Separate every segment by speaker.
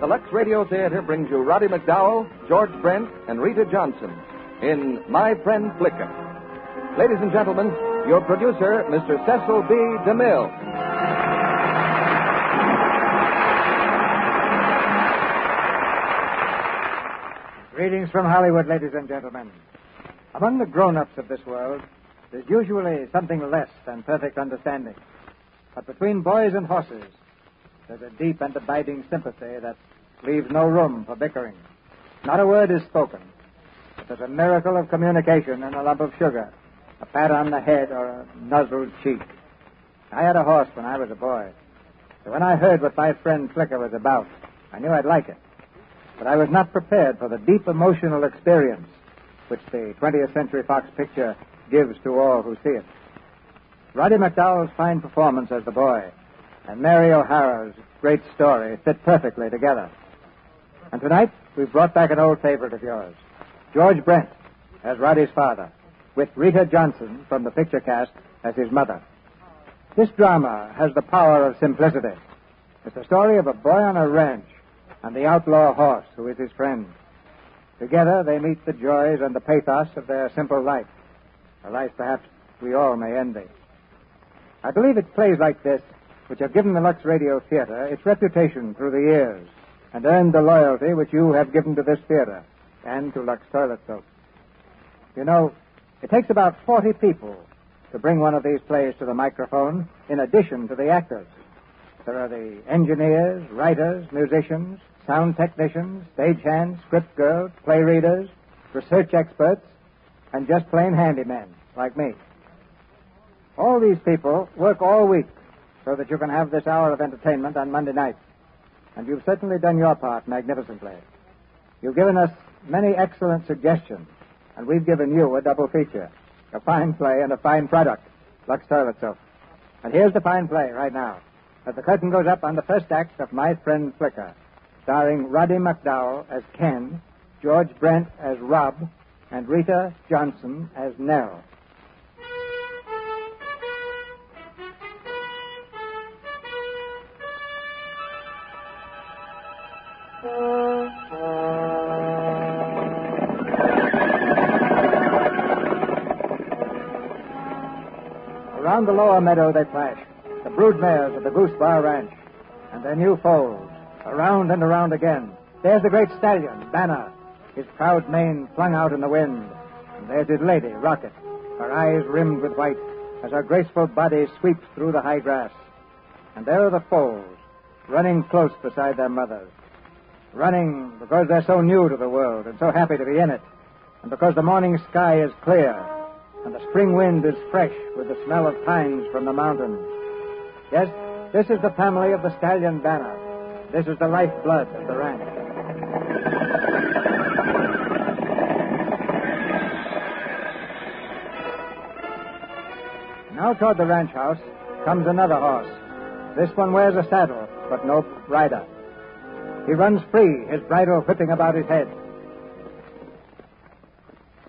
Speaker 1: The Lux Radio Theater brings you Roddy McDowell, George Brent, and Rita Johnson in My Friend Flicker. Ladies and gentlemen, your producer, Mr. Cecil B. DeMille.
Speaker 2: Greetings from Hollywood, ladies and gentlemen. Among the grown ups of this world, there's usually something less than perfect understanding. But between boys and horses, there's a deep and abiding sympathy that leaves no room for bickering. Not a word is spoken, but there's a miracle of communication in a lump of sugar, a pat on the head, or a nuzzled cheek. I had a horse when I was a boy, so when I heard what my friend Flicker was about, I knew I'd like it. But I was not prepared for the deep emotional experience which the 20th Century Fox picture gives to all who see it. Roddy McDowell's fine performance as the boy and Mary O'Hara's great story fit perfectly together. And tonight, we've brought back an old favorite of yours, George Brent, as Roddy's father, with Rita Johnson from the picture cast as his mother. This drama has the power of simplicity. It's the story of a boy on a ranch and the outlaw horse who is his friend. Together, they meet the joys and the pathos of their simple life, a life perhaps we all may envy. I believe it's plays like this which have given the Lux Radio Theater its reputation through the years and earned the loyalty which you have given to this theater and to Lux Toilet Soap. You know, it takes about 40 people to bring one of these plays to the microphone in addition to the actors. There are the engineers, writers, musicians, sound technicians, stagehands, script girls, play readers, research experts, and just plain handymen like me. All these people work all week so that you can have this hour of entertainment on Monday night. And you've certainly done your part magnificently. You've given us many excellent suggestions, and we've given you a double feature a fine play and a fine product, Lux Toilet Soap. And here's the fine play right now, as the curtain goes up on the first act of My Friend Flicker, starring Roddy McDowell as Ken, George Brent as Rob, and Rita Johnson as Nell. Around the lower meadow they flash, the brood mares of the Goose Bar Ranch, and their new foals, around and around again. There's the great stallion, Banner, his proud mane flung out in the wind. And there's his lady, Rocket, her eyes rimmed with white, as her graceful body sweeps through the high grass. And there are the foals, running close beside their mothers. Running because they're so new to the world and so happy to be in it, and because the morning sky is clear and the spring wind is fresh with the smell of pines from the mountains. Yes, this is the family of the stallion banner. This is the lifeblood of the ranch. Now toward the ranch house comes another horse. This one wears a saddle, but no rider. He runs free, his bridle whipping about his head.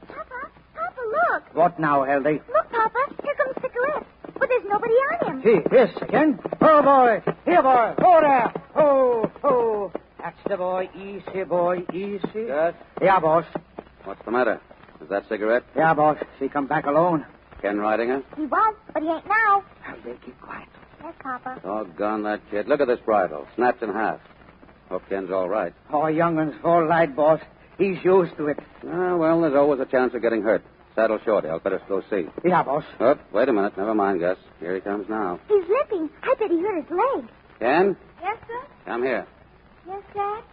Speaker 3: Papa, Papa, look.
Speaker 4: What now, Hildy?
Speaker 3: Look, Papa. Here comes Nicolette. But there's nobody on him.
Speaker 4: Gee, this again? Oh, boy. Here, boy. Go there. Ho, ho. That's the boy. Easy, boy. Easy.
Speaker 5: Yes?
Speaker 4: Yeah, boss.
Speaker 5: What's the matter? Is that cigarette?
Speaker 4: Yeah, boss. She come back alone.
Speaker 5: Ken riding her?
Speaker 3: He was, but he ain't now.
Speaker 4: Hildy, keep quiet.
Speaker 3: Yes, Papa.
Speaker 5: Doggone that kid. Look at this bridle. Snapped in half. Hope Ken's all right.
Speaker 4: Oh, youngin's all right, boss. He's used to it.
Speaker 5: Ah, well, there's always a chance of getting hurt. Saddle shorty. I'll better go see.
Speaker 4: Yeah, boss.
Speaker 5: Oh, wait a minute. Never mind, Gus. Here he comes now.
Speaker 3: He's limping. I bet he hurt his leg.
Speaker 5: Ken,
Speaker 3: Yes, sir?
Speaker 5: come here.
Speaker 3: Yes, Dad?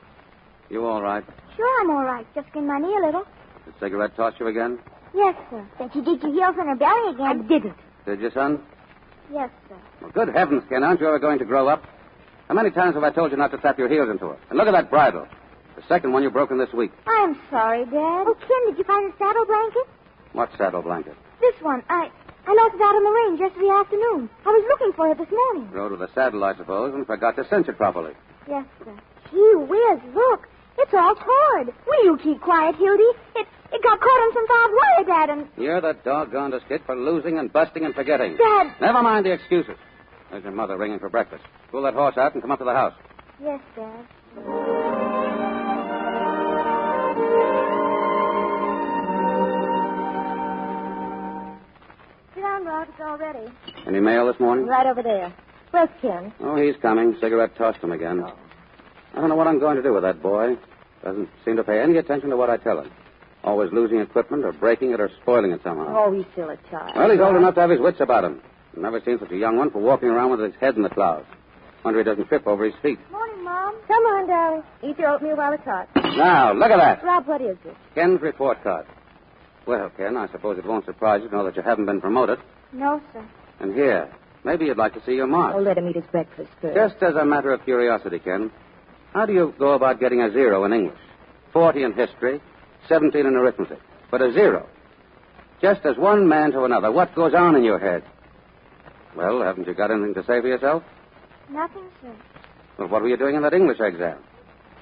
Speaker 5: You all right?
Speaker 3: Sure, I'm all right. Just in my knee a little.
Speaker 5: Did cigarette toss you again?
Speaker 3: Yes, sir. Then she did your heels in her belly again. I didn't.
Speaker 5: Did you, son?
Speaker 3: Yes, sir.
Speaker 5: Well, good heavens, Ken. Aren't you ever going to grow up? How many times have I told you not to tap your heels into her? And look at that bridle. The second one you've broken this week.
Speaker 3: I'm sorry, Dad. Oh, Ken, did you find the saddle blanket?
Speaker 5: What saddle blanket?
Speaker 3: This one. I I lost it out in the rain yesterday afternoon. I was looking for it this morning.
Speaker 5: Rode with a saddle, I suppose, and forgot to cinch it properly.
Speaker 3: Yes, sir. Gee whiz, look. It's all cord. Will you keep quiet, Hildy? It, it got caught on some barbed wire, Dad, and...
Speaker 5: You're the doggonedest kid for losing and busting and forgetting.
Speaker 3: Dad!
Speaker 5: Never mind the excuses. There's your mother ringing for breakfast. Pull that horse out and come up to the house.
Speaker 3: Yes, Dad. notice already.
Speaker 5: Any mail this morning?
Speaker 3: Right over there. Where's Ken?
Speaker 5: Oh, he's coming. Cigarette tossed him again. I don't know what I'm going to do with that boy. Doesn't seem to pay any attention to what I tell him. Always losing equipment or breaking it or spoiling it somehow.
Speaker 3: Oh, he's still a child.
Speaker 5: Well, he's old enough to have his wits about him. I've never seen such a young one for walking around with his head in the clouds. Wonder he doesn't trip over his feet.
Speaker 3: Morning, Mom. Come on, darling. Eat your oatmeal while it's hot.
Speaker 5: Now, look at that.
Speaker 3: Rob, what is this?
Speaker 5: Ken's report card. Well, Ken, I suppose it won't surprise you to know that you haven't been promoted.
Speaker 3: No, sir.
Speaker 5: And here, maybe you'd like to see your mark.
Speaker 3: Oh, let him eat his breakfast first.
Speaker 5: Just as a matter of curiosity, Ken, how do you go about getting a zero in English? 40 in history, 17 in arithmetic, but a zero. Just as one man to another, what goes on in your head? Well, haven't you got anything to say for yourself?
Speaker 3: Nothing, sir.
Speaker 5: Well, what were you doing in that English exam?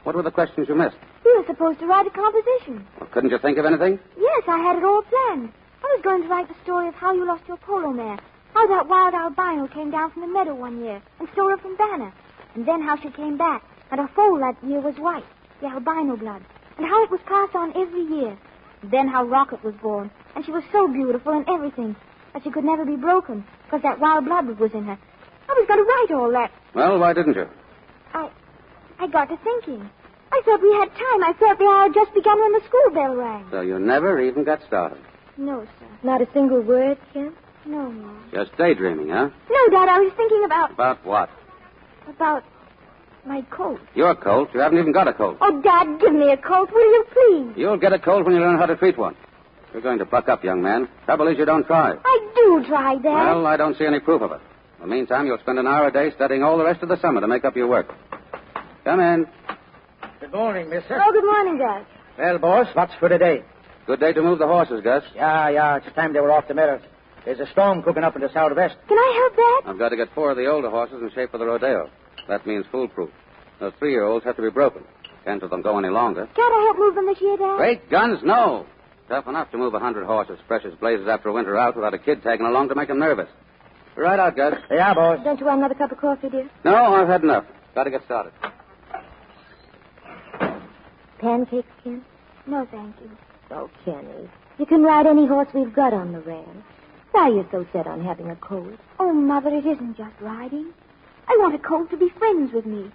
Speaker 5: What were the questions you missed?
Speaker 3: We were supposed to write a composition.
Speaker 5: Well, couldn't you think of anything?
Speaker 3: Yes, I had it all planned. I was going to write the story of how you lost your polo mare, how that wild albino came down from the meadow one year and stole her from Banner, and then how she came back, and her foal that year was white, the albino blood, and how it was passed on every year. And then how Rocket was born, and she was so beautiful and everything that she could never be broken because that wild blood was in her. I was going to write all that.
Speaker 5: Well, why didn't you?
Speaker 3: I, I got to thinking. I thought we had time. I thought the hour had just begun when the school bell rang.
Speaker 5: So you never even got started.
Speaker 3: No, sir. Not a single word, Ken? No, Mom.
Speaker 5: Just daydreaming, huh?
Speaker 3: No, Dad, I was thinking about
Speaker 5: About what?
Speaker 3: about my coat.
Speaker 5: Your colt. You haven't even got a colt.
Speaker 3: Oh, Dad, give me a coat, will you, please?
Speaker 5: You'll get a cold when you learn how to treat one. You're going to buck up, young man. Trouble is, you don't try.
Speaker 3: I do try, Dad.
Speaker 5: Well, I don't see any proof of it. In the meantime, you'll spend an hour a day studying all the rest of the summer to make up your work. Come in.
Speaker 4: Good morning, mister.
Speaker 3: Oh, good morning, Dad.
Speaker 4: Well, boss, what's for today?
Speaker 5: Good day to move the horses, Gus.
Speaker 4: Yeah, yeah, it's time they were off the meadows. There's a storm cooking up in the southwest.
Speaker 3: Can I help, Dad?
Speaker 5: I've got to get four of the older horses in shape for the rodeo. That means foolproof. Those three-year-olds have to be broken. Can't let them go any longer.
Speaker 3: Can't I help move them this year, Dad?
Speaker 5: Great guns, no. Tough enough to move a hundred horses fresh as blazes after a winter out without a kid tagging along to make them nervous. Right out, Gus.
Speaker 4: Yeah, boss.
Speaker 3: Don't you want another cup of coffee, dear?
Speaker 5: No, I've had enough. Got to get started.
Speaker 6: Pancakes, Ken?
Speaker 3: No, thank you.
Speaker 6: Oh, Kenny. You can ride any horse we've got on the ranch. Why are you so set on having a colt?
Speaker 3: Oh, Mother, it isn't just riding. I want a colt to be friends with me.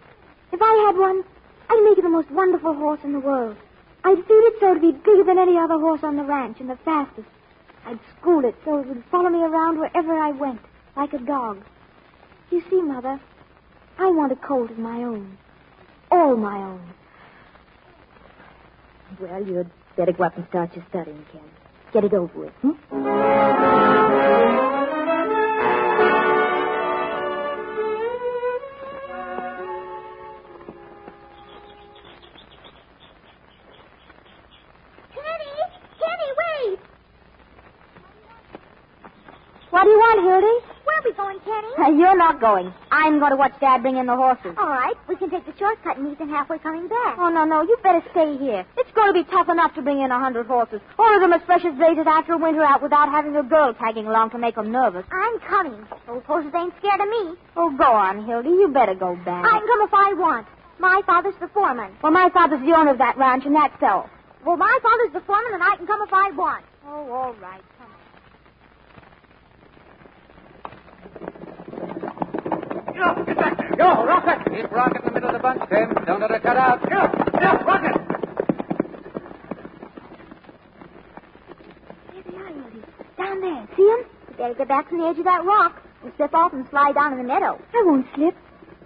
Speaker 3: If I had one, I'd make it the most wonderful horse in the world. I'd feed it so it'd be bigger than any other horse on the ranch and the fastest. I'd school it so it would follow me around wherever I went, like a dog. You see, Mother, I want a colt of my own. All my own.
Speaker 6: Well, you'd better go up and start your studying, Ken. Get it over with, hmm?
Speaker 3: Kenny! Kenny, wait! What do you want, Hildy? Where are we going, Kenny?
Speaker 6: you're not going. I'm going to watch Dad bring in the horses.
Speaker 3: All right, we can take the shortcut and meet them halfway coming back. Oh, no, no, you better stay here. It's going to be tough enough to bring in a hundred horses. All of them as fresh as blazes after a winter out without having a girl tagging along to make them nervous. I'm coming. Those horses ain't scared of me.
Speaker 6: Oh, go on, Hildy. You better go back.
Speaker 3: I can come if I want. My father's the foreman.
Speaker 6: Well, my father's the owner of that ranch, and that's all.
Speaker 3: Well, my father's the foreman, and I can come if I want. Oh, all right, come on.
Speaker 4: Yo, get back. Yo, Rocket.
Speaker 5: Keep Rocket in the middle of the bunch, Tim. Don't let her cut out.
Speaker 4: Yo, yo, Rocket.
Speaker 3: There they are, Hildy. Down there. See 'em? You better get back from the edge of that rock and slip off and slide down in the meadow. I won't slip.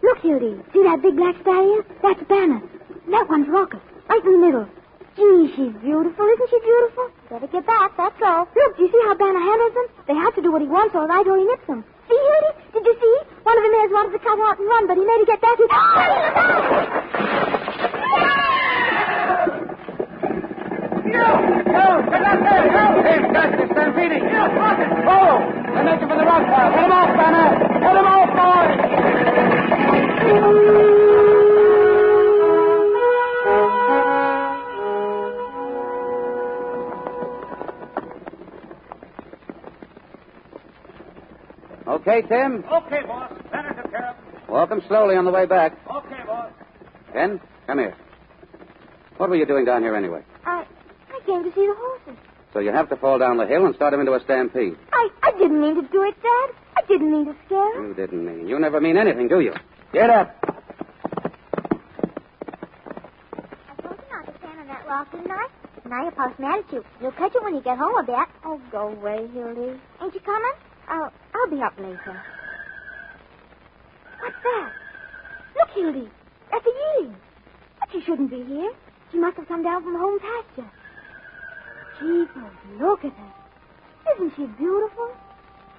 Speaker 3: Look, Hildy. See that big black stallion? That's Banner. And that one's Rocket. Right in the middle. Gee, she's beautiful. Isn't she beautiful? Better get back, that's all. Look, do you see how Banner handles them? They have to do what he wants or right or he nips them. See, Hildy? Did you see? One of the mares wanted to cut out and run, but he made her get back. He...
Speaker 4: Yo, get out there. Yo. Hey, Gus, it's Stampede. Yo, Rocket. Follow. They're making for the rock pile. Let 'em off, Banner. Let 'em off, boys.
Speaker 5: Okay, Tim?
Speaker 7: Okay, boss. Better took care of.
Speaker 5: Walk 'em slowly on the way back.
Speaker 7: Okay, boss.
Speaker 5: Ken, come here. What were you doing down here anyway?
Speaker 3: I, I came to see the horses.
Speaker 5: So you have to fall down the hill and start him into a stampede.
Speaker 3: I, I didn't mean to do it, Dad. I didn't mean to scare him.
Speaker 5: You didn't mean. You never mean anything, do you?
Speaker 1: Get up.
Speaker 3: I told you not to stand on that rock, didn't I? Now your pa's mad at you. You'll catch it when you get home, I bet. Oh, go away, Hildy. Ain't you coming? I'll, I'll be up later. What's that? Look, Hildy. That's a yearling. But she shouldn't be here. She must have come down from home pasture. Jesus, look at her. Isn't she beautiful?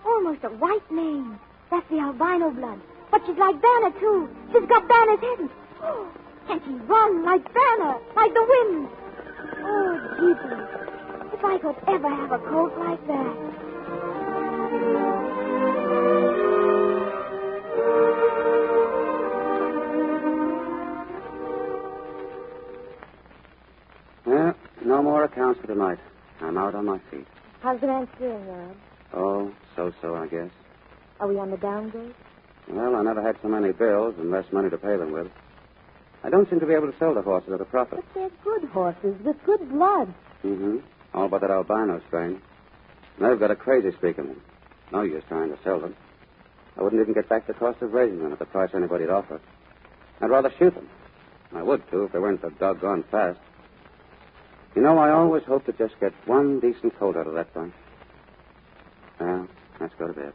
Speaker 3: Almost a white mane. That's the albino blood. But she's like Banner, too. She's got Banner's head. Oh, and she run like Banner, like the wind. Oh, Jesus. If I could ever have a coat like that.
Speaker 5: Yeah, no more accounts for tonight. I'm out on my feet.
Speaker 6: How's the man's feeling, Rod?
Speaker 5: Oh, so so, I guess.
Speaker 6: Are we on the downgrade?
Speaker 5: Well, I never had so many bills and less money to pay them with. I don't seem to be able to sell the horses at a profit.
Speaker 6: But they're good horses with good blood.
Speaker 5: Mm-hmm. All but that albino strain. And they've got a crazy streak in them. No use trying to sell them. I wouldn't even get back the cost of raising them at the price anybody'd offer. I'd rather shoot them. I would, too, if they weren't so doggone fast. You know, I always hope to just get one decent colt out of that bunch. Well, let's go to bed.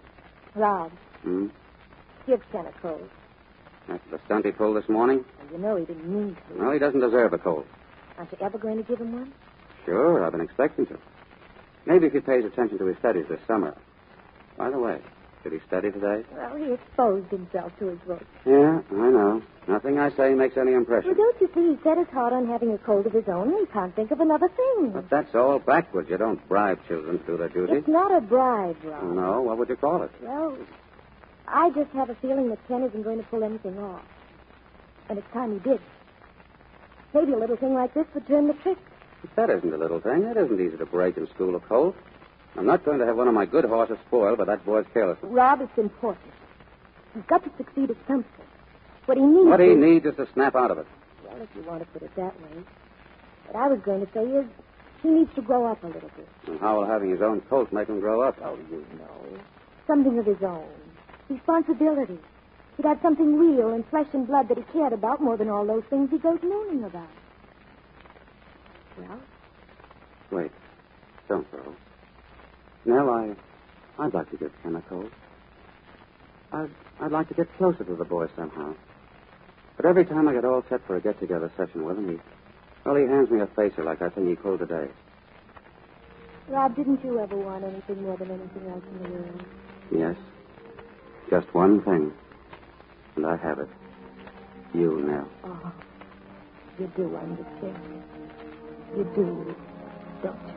Speaker 6: Rod,
Speaker 5: Hmm?
Speaker 6: give Ken a cold.
Speaker 5: After the stunt he pulled this morning?
Speaker 6: And you know he didn't mean to.
Speaker 5: Well, he doesn't deserve a colt.
Speaker 6: Aren't you ever going to give him one?
Speaker 5: Sure, I've been expecting to. Maybe if he pays attention to his studies this summer. By the way, did he study today?
Speaker 6: Well, he exposed himself to his work.
Speaker 5: Yeah, I know. Nothing I say makes any
Speaker 6: Well,
Speaker 5: impression.
Speaker 6: don't you see, he's set his heart on having a cold of his own, and he can't think of another thing.
Speaker 5: But that's all backwards. You don't bribe children to do their duty.
Speaker 6: It's not a bribe, Rod.
Speaker 5: No, what would you call it?
Speaker 6: Well, I just have a feeling that Ken isn't going to pull anything off. And it's time he did. Maybe a little thing like this would turn the trick.
Speaker 5: That isn't a little thing. It isn't easy to break and school a colt. I'm not going to have one of my good horses spoiled by that boy's carelessness.
Speaker 6: Rob, it's important. He's got to succeed at something. What he needs.
Speaker 5: What he needs is to snap out of it.
Speaker 6: Well, if you want to put it that way. What I was going to say is, he needs to grow up a little bit.
Speaker 5: And how will having his own colt make him grow up?
Speaker 6: Oh, you know. Something of his own. Responsibility. He'd have something real and flesh and blood that he cared about more than all those things he goes mooning about. Well,
Speaker 5: Wait. Don't go. Nell, I, I'd like to give Ken a colt. I'd, I'd like to get closer to the boy somehow. But every time I get all set for a get-together session with him, he, well, he hands me a facer like that thing he pulled today.
Speaker 6: Rob, didn't you ever want anything more than anything else in the world?
Speaker 5: Yes. Just one thing. And I have it. You, Nell.
Speaker 6: Oh, you do understand. You do, don't you?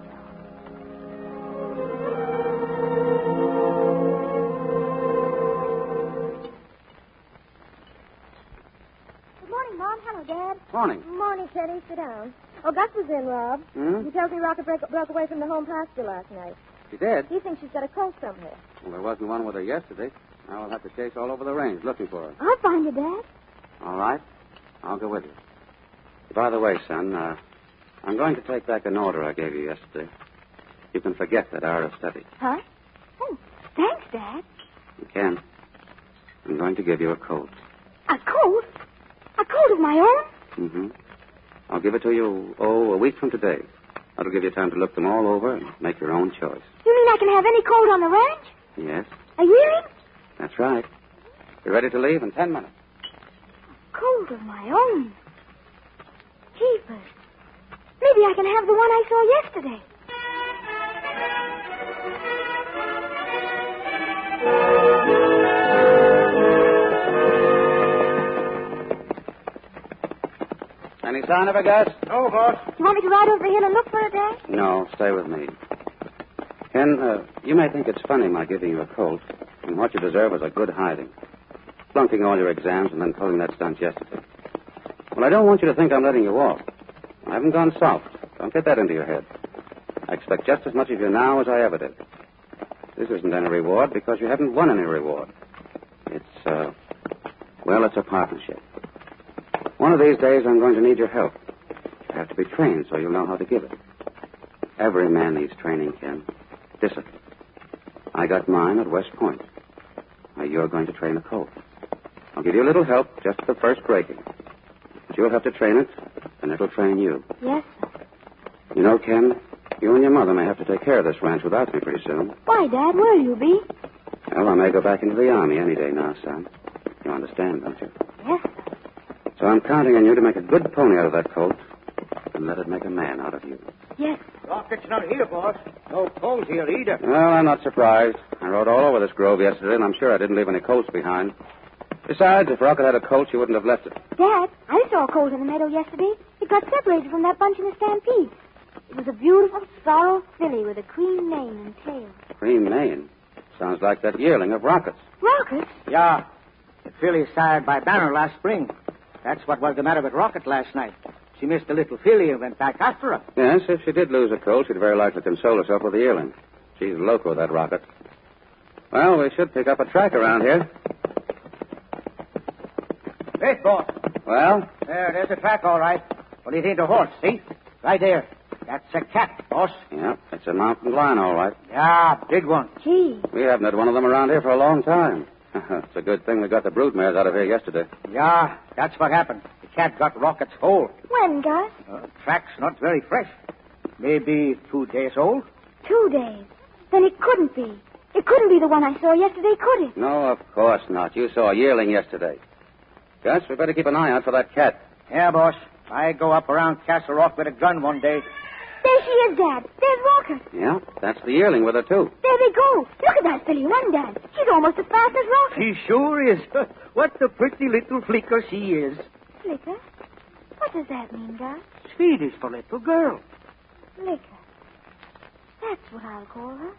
Speaker 3: Good morning, Mom. Hello, Dad.
Speaker 5: Morning.
Speaker 6: Morning, Kenny. Sit down. Oh, Gus was in, Rob.
Speaker 5: Hmm?
Speaker 6: He tells me Rocket broke, broke away from the home pasture last night.
Speaker 5: She did?
Speaker 6: He thinks she's got a cold somewhere.
Speaker 5: Well, there wasn't one with her yesterday. Now I'll have to chase all over the range looking for her.
Speaker 3: I'll find her, Dad.
Speaker 5: All right. I'll go with you. By the way, son, uh, I'm going to take back an order I gave you yesterday. You can forget that hour of study.
Speaker 3: Huh? Oh, thanks, Dad.
Speaker 5: You can. I'm going to give you a coat.
Speaker 3: A coat? A coat of my own?
Speaker 5: Mm-hmm. I'll give it to you, oh, a week from today. That'll give you time to look them all over and make your own choice.
Speaker 3: You mean I can have any coat on the ranch?
Speaker 5: Yes,
Speaker 3: A yearling?
Speaker 5: that's right. You're ready to leave in ten minutes.
Speaker 3: Coat of my own. Jeepers. Maybe I can have the one I saw yesterday.
Speaker 5: Any sign of her, Gus?
Speaker 7: No, boss.
Speaker 3: Do you want me to ride over the hill and look for her, Dad?
Speaker 5: No, stay with me. Ken, uh, you may think it's funny my giving you a colt, and what you deserve is a good hiding. Flunking all your exams and then pulling that stunt yesterday. Well, I don't want you to think I'm letting you off. I haven't gone soft. Don't get that into your head. I expect just as much of you now as I ever did. This isn't any reward because you haven't won any reward. It's, uh, well, it's a partnership. One of these days I'm going to need your help. You have to be trained so you'll know how to give it. Every man needs training, Ken. Discipline. I got mine at West Point. Now you're going to train a colt. I'll give you a little help just at the first breaking. But you'll have to train it, and it'll train you.
Speaker 3: Yes, sir.
Speaker 5: You know, Ken, you and your mother may have to take care of this ranch without me pretty soon.
Speaker 3: Why, Dad, where'll you be?
Speaker 5: Well, I may go back into the army any day now, son. You understand, don't you?
Speaker 3: Yes, sir.
Speaker 5: So I'm counting on you to make a good pony out of that colt, and let it make a man out of you.
Speaker 3: Yes,
Speaker 4: Rocket's not here, boss. No coals here either.
Speaker 5: Well, I'm not surprised. I rode all over this grove yesterday, and I'm sure I didn't leave any colts behind. Besides, if Rocket had a colt, she wouldn't have left it.
Speaker 3: Dad, I saw a colt in the meadow yesterday. It got separated from that bunch in the stampede. It was a beautiful sorrel filly with a cream mane and tail.
Speaker 5: Green mane. Sounds like that yearling of Rocket's.
Speaker 3: Rockets?
Speaker 4: Yeah. The filly sired by Banner last spring. That's what was the matter with Rocket last night. She missed the little filly and went back after her.
Speaker 5: Yes, if she did lose a colt, she'd very likely console herself with the yearling. She's loco, that Rocket. Well, we should pick up a track around here.
Speaker 4: Hey, boss.
Speaker 5: Well,
Speaker 4: There, there's a track, all right. But it ain't a horse, see? Right there. That's a cat, boss.
Speaker 5: yeah, it's a mountain lion, all right.
Speaker 4: Yeah, big one.
Speaker 3: Gee,
Speaker 5: We haven't had one of them around here for a long time. it's a good thing we got the broodmares out of here yesterday.
Speaker 4: Yeah, that's what happened. The cat got Rocket's hold.
Speaker 3: when, Gus?
Speaker 4: Uh, track's not very fresh. Maybe two days old.
Speaker 3: Two days. Then it couldn't be. It couldn't be the one I saw yesterday, could it?
Speaker 5: No, of course not. You saw a yearling yesterday. Gus, we better keep an eye out for that cat.
Speaker 4: Yeah, boss. I go up around Castle Rock with a gun one day.
Speaker 3: There she is, Dad. There's Rocket.
Speaker 5: Yeah, that's the yearling with her, too.
Speaker 3: There they go. Look at that filly run, Dad. She's almost as fast as Rocket.
Speaker 4: She sure is. what a pretty little flicker she is.
Speaker 3: Flicker? What does that mean, Gus?
Speaker 4: Swedish for little girl.
Speaker 3: Flicker. That's what I'll call her.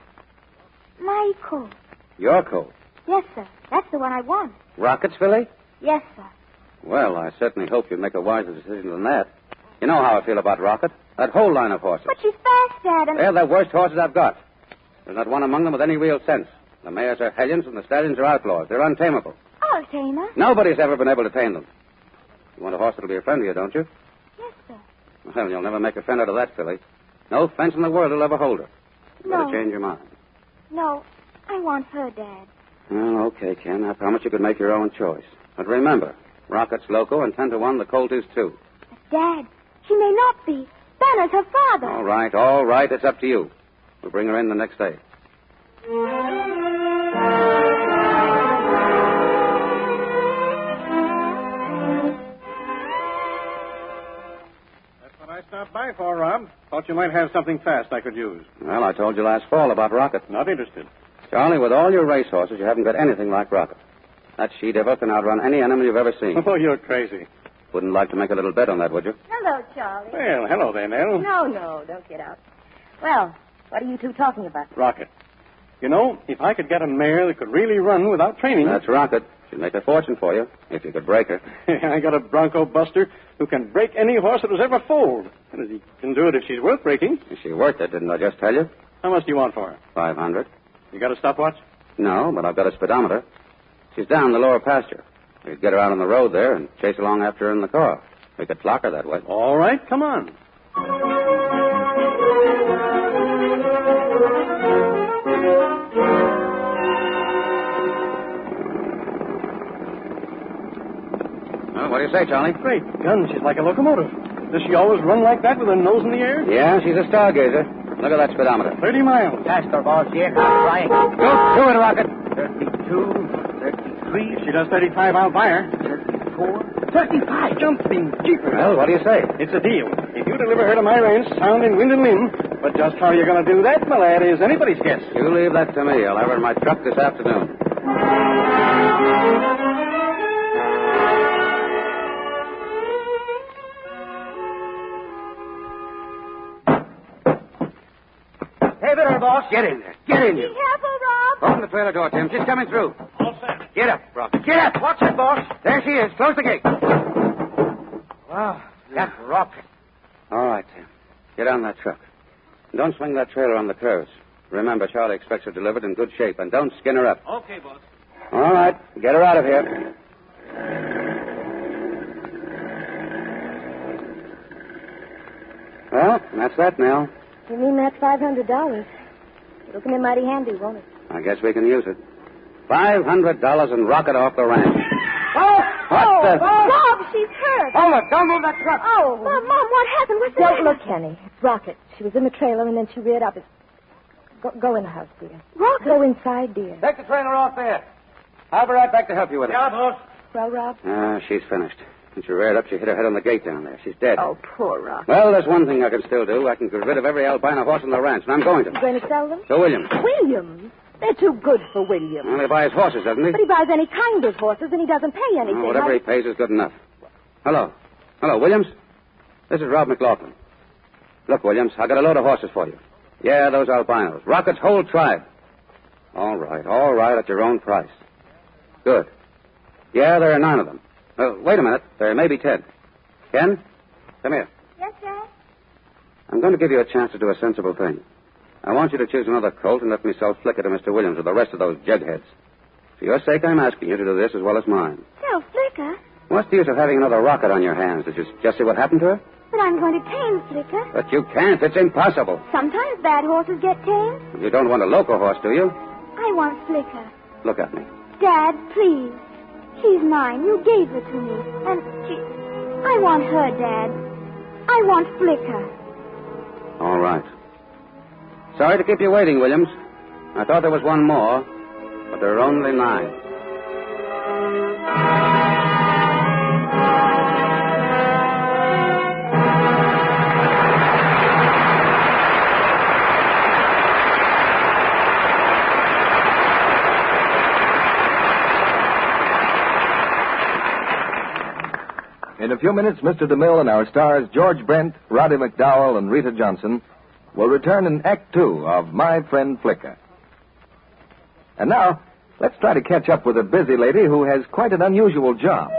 Speaker 3: My colt.
Speaker 5: Your colt.
Speaker 3: Yes, sir. That's the one I want.
Speaker 5: Rockets, Philly?
Speaker 3: Yes, sir.
Speaker 5: Well, I certainly hope you make a wiser decision than that. You know how I feel about Rocket. That whole line of horses.
Speaker 3: But she's fast, Dad, and...
Speaker 6: Eh?
Speaker 5: They're the worst horses I've got. There's not one among them with any real sense. The mares are hellions and the stallions are outlaws. They're untamable.
Speaker 3: I'll tame her.
Speaker 5: Nobody's ever been able to tame them. You want a horse that'll be a friend of you, don't you?
Speaker 3: Yes, sir.
Speaker 5: Well, you'll never make a friend out of that, filly. No fence in the world will ever hold her. You
Speaker 3: No.
Speaker 5: better change your mind.
Speaker 3: No, I want her, Dad.
Speaker 5: Well, Oh, okay, Ken. I promise you could make your own choice. But remember, Rocket's loco, and ten to one, the colt is too.
Speaker 3: But, Dad, she may not be. Banner's her father.
Speaker 5: All right, all right. It's up to you. We'll bring her in the next day.
Speaker 7: That's what I stopped by for, Rob. Thought you might have something fast I could use.
Speaker 5: Well, I told you last fall about Rocket.
Speaker 7: Not interested.
Speaker 5: Charlie, with all your racehorses, you haven't got anything like Rocket. That she devil can outrun any animal you've ever seen.
Speaker 7: Oh, you're crazy.
Speaker 5: Wouldn't like to make a little bet on that, would you?
Speaker 8: Hello, Charlie.
Speaker 7: Well, hello there, Nell.
Speaker 8: No, no, don't get up. Well, what are you two talking about?
Speaker 7: Rocket. You know, if I could get a mare that could really run without training,
Speaker 5: That's Rocket. She'd make a fortune for you if you could break her.
Speaker 7: I got a bronco buster who can break any horse that was ever foaled. And he can do it if she's worth breaking.
Speaker 5: If she worked it, didn't I just tell you?
Speaker 7: How much do you want for her?
Speaker 5: Five hundred.
Speaker 7: You got a stopwatch?
Speaker 5: No, but I've got a speedometer. She's down in the lower pasture. We could get her out on the road there and chase along after her in the car. We could clock her that way.
Speaker 7: All right, come on.
Speaker 5: Well, what do you say, Charlie?
Speaker 7: Great gun, she's like a locomotive. Does she always run like that with her nose in the air?
Speaker 5: Yeah, she's a stargazer. Look at that speedometer.
Speaker 7: 30 miles.
Speaker 4: Faster, boss. Here comes flying.
Speaker 5: Go do it, Rocket.
Speaker 4: 32, 33,
Speaker 7: If she does 35, I'll buy her.
Speaker 4: 34.
Speaker 7: 35? Jumping jeepers.
Speaker 5: Well, what do you say?
Speaker 7: It's a deal. If you deliver her to my ranch, sound in wind and limb. But just how you're going to do that, my lad, is anybody's guess.
Speaker 5: You leave that to me. I'll have her in my truck this afternoon.
Speaker 4: Hey, there, boss. Get in there. Get in there.
Speaker 3: Careful, Rob.
Speaker 5: Open the trailer door, Tim. She's coming through.
Speaker 7: All set.
Speaker 5: Get up, Rocket. Get up.
Speaker 4: Watch it, boss.
Speaker 5: There she is. Close the gate.
Speaker 4: Wow, that rocket.
Speaker 5: All right, Tim. Get on that truck. And Don't swing that trailer on the curves. Remember, Charlie expects her delivered in good shape, and don't skin her up.
Speaker 7: Okay, boss.
Speaker 5: All right, get her out of here. Well, that's that now.
Speaker 6: You mean that $500? It'll come in mighty handy, won't it?
Speaker 5: I guess we can use it. Five hundred dollars and rocket off the ranch.
Speaker 8: Oh,
Speaker 5: What the?
Speaker 3: Bob, she's hurt.
Speaker 4: Hold it. Don't move that truck.
Speaker 3: Oh. Well, Mom, what happened? What's the
Speaker 6: Don't
Speaker 3: matter?
Speaker 6: look, Henny. It's Rocket. She was in the trailer and then she reared up. It's... Go, go in the house, dear.
Speaker 3: Rocket.
Speaker 6: Go inside, dear.
Speaker 5: Take the trailer off there. I'll be right back to help you with it.
Speaker 6: Well, Rob,
Speaker 5: Ah, she's finished. When she reared up, she hit her head on the gate down there. She's dead.
Speaker 8: Oh, poor Rock.
Speaker 5: Well, there's one thing I can still do. I can get rid of every albino horse on the ranch, and I'm going
Speaker 6: you
Speaker 5: to.
Speaker 6: going to sell them?
Speaker 5: So William.
Speaker 6: Williams? They're too good for Williams.
Speaker 5: Well, he buys horses, doesn't he?
Speaker 6: But he buys any kind of horses and he doesn't pay anything.
Speaker 5: Oh, whatever he
Speaker 6: like-
Speaker 5: pays is good enough. Hello. Hello, Williams? This is Rob McLaughlin. Look, Williams, I got a load of horses for you. Yeah, those albinos. Rocket's whole tribe. All right, all right, at your own price. Good. Yeah, there are nine of them. Uh, wait a minute. There may be ten. Ken, come here.
Speaker 3: Yes, Dad?
Speaker 5: I'm going to give you a chance to do a sensible thing. I want you to choose another colt and let me sell Flicker to Mr. Williams or the rest of those jugheads. For your sake, I'm asking you to do this as well as mine.
Speaker 3: Tell Flicker.
Speaker 5: What's the use of having another rocket on your hands? Did you just see what happened to her?
Speaker 3: But I'm going to tame Flicker.
Speaker 5: But you can't. It's impossible.
Speaker 3: Sometimes bad horses get tamed.
Speaker 5: You don't want a local horse, do you?
Speaker 3: I want Flicker.
Speaker 5: Look at me.
Speaker 3: Dad, please. She's mine. You gave her to me. And she. I want her, Dad. I want Flicker.
Speaker 5: All right. Sorry to keep you waiting, Williams. I thought there was one more, but there are only nine.
Speaker 1: In a few minutes, Mr. DeMille and our stars George Brent, Roddy McDowell, and Rita Johnson will return in Act Two of My Friend Flicker. And now, let's try to catch up with a busy lady who has quite an unusual job.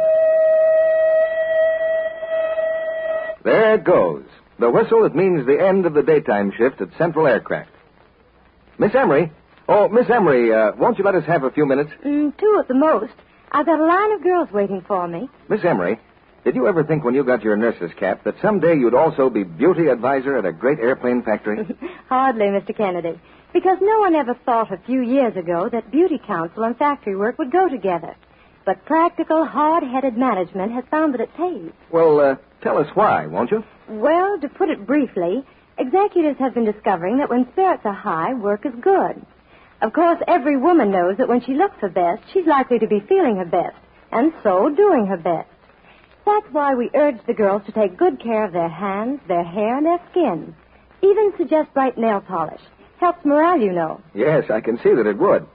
Speaker 1: There it goes. The whistle that means the end of the daytime shift at Central Aircraft. Miss Emery. Oh, Miss Emery, uh, won't you let us have a few minutes?
Speaker 6: Mm, two at the most. I've got a line of girls waiting for me.
Speaker 1: Miss Emery, did you ever think when you got your nurse's cap that someday you'd also be beauty advisor at a great airplane factory?
Speaker 6: Hardly, Mr. Kennedy. Because no one ever thought a few years ago that beauty counsel and factory work would go together. But practical, hard headed management has found that it pays.
Speaker 1: well, uh, tell us why, won't you?
Speaker 6: Well, to put it briefly, executives have been discovering that when spirits are high, work is good. Of course, every woman knows that when she looks her best, she's likely to be feeling her best, and so doing her best. That's why we urge the girls to take good care of their hands, their hair, and their skin. Even suggest bright nail polish. Helps morale, you know.
Speaker 1: Yes, I can see that it would.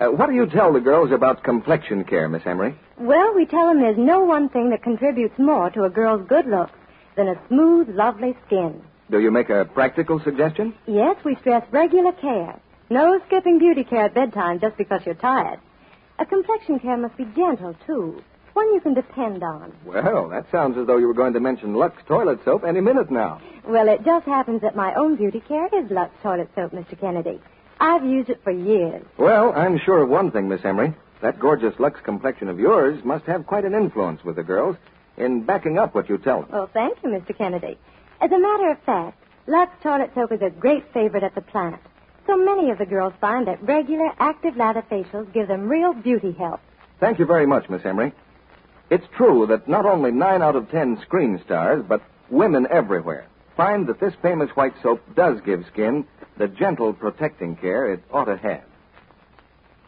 Speaker 1: Uh, what do you tell the girls about complexion care, Miss Emery?
Speaker 6: Well, we tell them there's no one thing that contributes more to a girl's good looks than a smooth, lovely skin.
Speaker 1: Do you make a practical suggestion?
Speaker 6: Yes, we stress regular care. No skipping beauty care at bedtime just because you're tired. A complexion care must be gentle, too. One you can depend on.
Speaker 1: Well, that sounds as though you were going to mention Lux toilet soap any minute now.
Speaker 6: Well, it just happens that my own beauty care is Lux toilet soap, Mr. Kennedy. I've used it for years.
Speaker 1: Well, I'm sure of one thing, Miss Emery. That gorgeous Lux complexion of yours must have quite an influence with the girls in backing up what you tell them.
Speaker 6: Well, thank you, Mr. Kennedy. As a matter of fact, Lux toilet soap is a great favorite at the plant. So many of the girls find that regular active lather facials give them real beauty help.
Speaker 1: Thank you very much, Miss Emery. It's true that not only nine out of ten screen stars, but women everywhere find that this famous white soap does give skin the gentle protecting care it ought to have.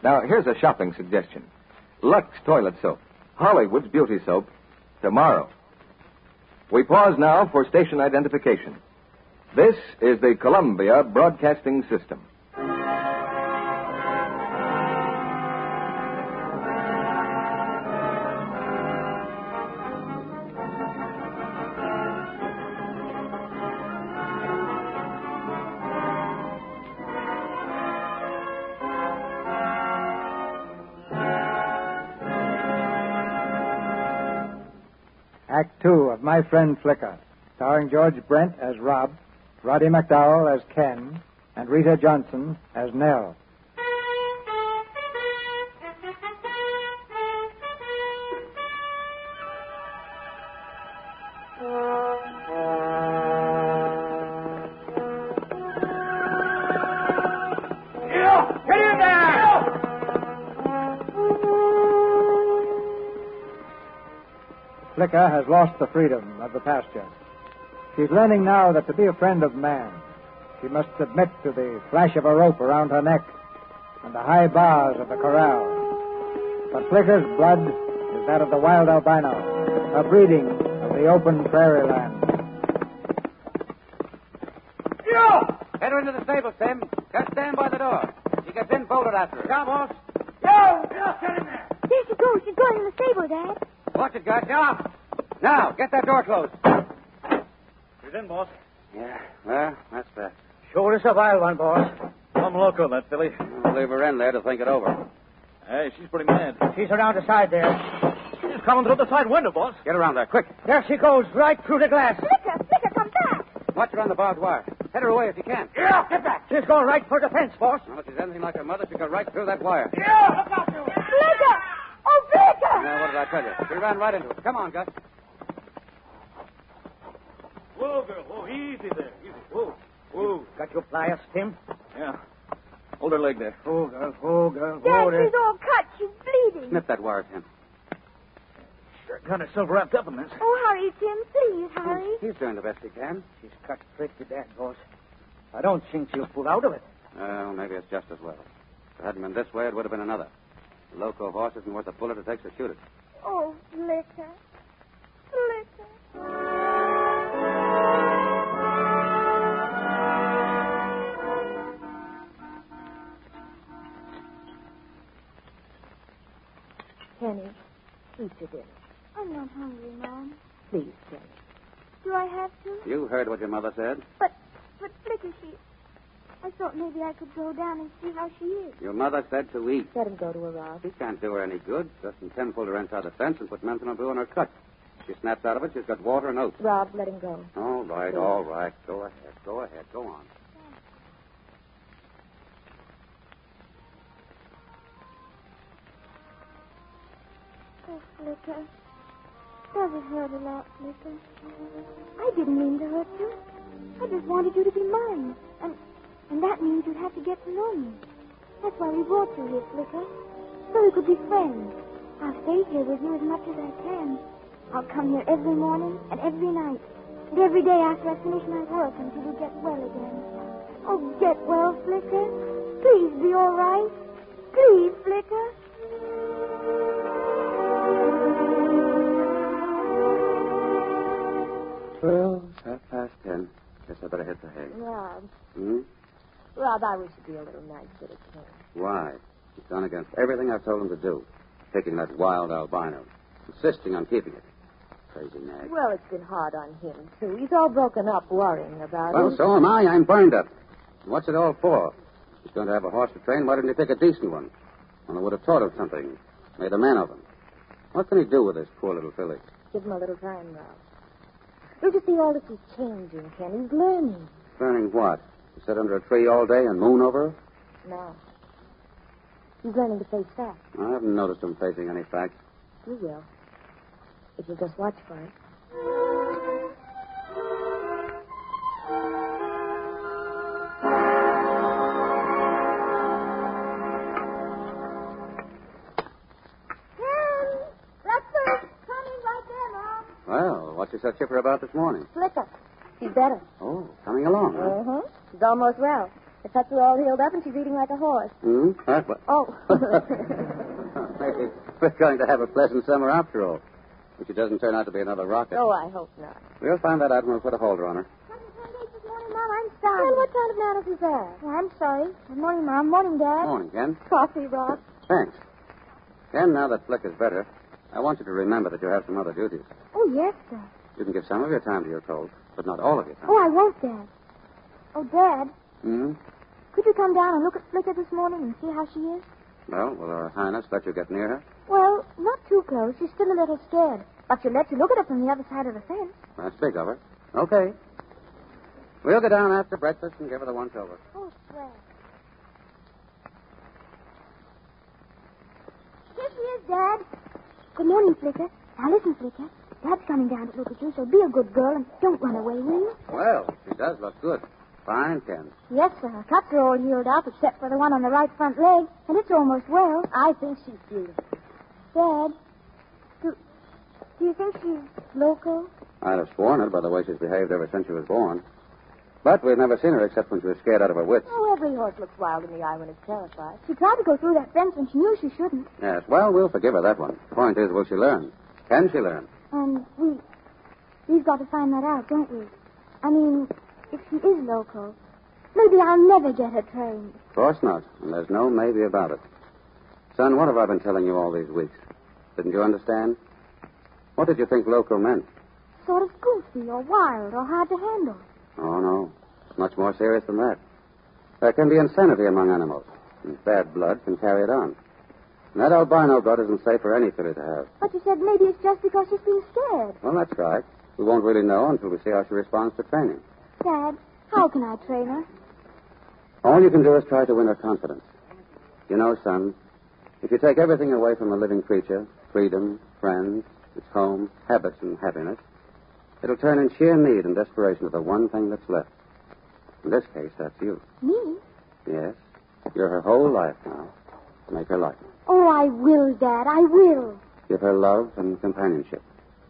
Speaker 1: Now, here's a shopping suggestion Lux Toilet Soap, Hollywood's Beauty Soap, tomorrow. We pause now for station identification. This is the Columbia Broadcasting System.
Speaker 2: Act two of My Friend Flicker, starring George Brent as Rob, Roddy McDowell as Ken, and Rita Johnson as Nell. Flicker has lost the freedom of the pasture. She's learning now that to be a friend of man, she must submit to the flash of a rope around her neck and the high bars of the corral. But Flicker's blood is that of the wild albino, a breeding of the open prairie land.
Speaker 4: Yeah! Head her into the stable, Sim. Just stand by the door. She gets in bolted after her. Come, boss. Yo! Get in there!
Speaker 3: There she goes. She's going in the stable, Dad.
Speaker 4: Watch it, guys. Now! Now, get that door closed.
Speaker 7: She's in, boss.
Speaker 5: Yeah, well, that's that.
Speaker 4: Shoulder survival one, boss.
Speaker 7: Some loco, that filly.
Speaker 5: We'll leave her in there to think it over.
Speaker 7: Hey, she's pretty mad.
Speaker 4: She's around the side there.
Speaker 7: She's coming through the side window, boss.
Speaker 5: Get around there, quick.
Speaker 4: There she goes, right through the glass.
Speaker 3: Flicker, Flicker, come back.
Speaker 5: Watch her on the barbed wire. Head her away if you can.
Speaker 4: Yeah, get back. She's going right for the fence, boss.
Speaker 5: Now, if she's anything like her mother, she got right through that wire.
Speaker 4: Yeah, look out, you.
Speaker 3: Flicker! Oh, Flicker!
Speaker 5: Now, what did I tell you? She ran right into it. Come on, Gus.
Speaker 7: Whoa, girl. Whoa, easy there. Easy. Whoa. Whoa.
Speaker 4: Got your pliers, Tim?
Speaker 7: Yeah. Hold her leg there.
Speaker 4: Oh, girl, oh, girl,
Speaker 3: Dad,
Speaker 4: oh,
Speaker 2: uh,
Speaker 4: there.
Speaker 3: she's all cut. She's bleeding.
Speaker 5: Snip that wire, Tim.
Speaker 7: They're kind of self wrapped up in this.
Speaker 3: Oh, hurry, Tim. Please, hurry.
Speaker 5: He's doing the best he can.
Speaker 4: She's cut straight to death, boss. I don't think she'll pull out of it.
Speaker 5: Well, maybe it's just as well. If it hadn't been this way, it would have been another. A loco horse isn't worth the bullet it takes to shoot it.
Speaker 3: Oh, Flicker. Flicker.
Speaker 8: Penny, eat your dinner.
Speaker 3: I'm not hungry, Mom.
Speaker 8: Please, Penny.
Speaker 3: Do I have to?
Speaker 5: You heard what your mother said.
Speaker 3: But, but Flicker, she. I thought maybe I could go down and see how she is.
Speaker 5: Your mother said to eat.
Speaker 8: Let him go to her, Rob.
Speaker 5: She can't do her any good. Justin Ken pulled her inside the fence and put menthol blue on her cut. She snaps out of it. She's got water and oats.
Speaker 8: Rob, let him go.
Speaker 5: All right, all right. Go ahead, go ahead, go on.
Speaker 3: Oh, Flicker. Does it hurt a lot, Flicker? I didn't mean to hurt you. I just wanted you to be mine. And and that means you'd have to get to know me. That's why we brought you here, Flicker. So we could be friends. I'll stay here with you as much as I can. I'll come here every morning and every night. And every day after I finish my work until you get well again. Oh, get well, Flicker. Please be all right. Please, Flicker.
Speaker 5: Well, it's half past ten. Guess I better hit the hay.
Speaker 8: Rob,
Speaker 5: Hmm?
Speaker 8: Rob, I wish you'd be a little nicer to Ken.
Speaker 5: Why? He's gone against everything I've told him to do. Taking that wild albino. Insisting on keeping it. Crazy nag.
Speaker 8: Well, it's been hard on him, too. He's all broken up worrying about
Speaker 5: Well,
Speaker 8: him.
Speaker 5: so am I. I'm burned up. What's it all for? He's going to have a horse to train. Why didn't he pick a decent one? Well, I would have taught him something. Made a man of him. What can he do with this poor little filly?
Speaker 8: Give him a little time, Rob. Look at see all this is changing, Ken. He's learning
Speaker 5: Learning what? To sit under a tree all day and moon over her?
Speaker 8: now. He's learning to face facts.
Speaker 5: I haven't noticed him facing any facts.
Speaker 8: You will. If you'll just watch for it.
Speaker 3: Ken! Russell! Come in right there, Mom.
Speaker 5: Well, what you so chipper about this morning?
Speaker 8: Flicker. She's better.
Speaker 5: Oh, coming along, huh?
Speaker 8: Uh-huh. She's almost well. The cuts are all healed up and she's eating like a horse.
Speaker 5: Hmm? Huh? What?
Speaker 8: Oh.
Speaker 5: Maybe we're going to have a pleasant summer after all. If she doesn't turn out to be another rocket.
Speaker 8: oh, I hope not.
Speaker 5: We'll find that out and we'll put a holder on her.
Speaker 3: Come to Sunday this morning, Mom. I'm sorry.
Speaker 8: Ken, what kind of manners is that?
Speaker 3: Oh, I'm sorry. Good morning, Mom. Morning, Dad.
Speaker 5: Morning, Ken.
Speaker 3: Coffee, Rob.
Speaker 5: Thanks. Ken, now that Flick is better, I want you to remember that you have some other duties.
Speaker 3: Oh, yes, Dad.
Speaker 5: You can give some of your time to your cold, but not all of your time.
Speaker 3: Oh, I won't, Dad. Oh, Dad,
Speaker 5: Hmm?
Speaker 3: could you come down and look at Flicker this morning and see how she is?
Speaker 5: Well, will Her Highness let you get near her?
Speaker 3: Well, not too close. She's still a little scared. But she'll let you look at her from the other side of the fence.
Speaker 5: That's big of her. Okay. We'll go down after breakfast and give her the once over.
Speaker 3: Oh, swear. Here she is, Dad. Good morning, Flicker. Now listen, Flicker. Dad's coming down to look at you, so be a good girl and don't run away, will you?
Speaker 5: Well, she does look good. Fine, Ken.
Speaker 3: Yes, sir. Her cuts are all healed up except for the one on the right front leg, and it's almost well. I think she's beautiful. Dad, do,
Speaker 8: Do you think she's local?
Speaker 5: I'd have sworn it by the way she's behaved ever since she was born. But we've never seen her except when she was scared out of her wits.
Speaker 8: Oh, every horse looks wild in the eye when it's terrified.
Speaker 3: She tried to go through that fence when she knew she shouldn't.
Speaker 5: Yes, well, we'll forgive her that one. The point is, will she learn? Can she learn?
Speaker 3: And Um, we. We've got to find that out, don't we? I mean, if she is local, maybe I'll never get her trained.
Speaker 5: Of course not, and there's no maybe about it. Son, what have I been telling you all these weeks? Didn't you understand? What did you think local meant?
Speaker 3: Sort of goofy or wild or hard to handle.
Speaker 5: Oh, no. It's much more serious than that. There can be insanity among animals, and bad blood can carry it on. And that albino blood isn't safe for any filly to have.
Speaker 3: But you said maybe it's just because she's being scared.
Speaker 5: Well, that's right. We won't really know until we see how she responds to training.
Speaker 3: Dad, how can I train her?
Speaker 5: All you can do is try to win her confidence. You know, son, if you take everything away from a living creature freedom, friends, its home, habits, and happiness it'll turn in sheer need and desperation to the one thing that's left. In this case, that's you.
Speaker 3: Me?
Speaker 5: Yes. You're her whole life now. Make her like it.
Speaker 3: Oh, I will, Dad. I will.
Speaker 5: Give her love and companionship.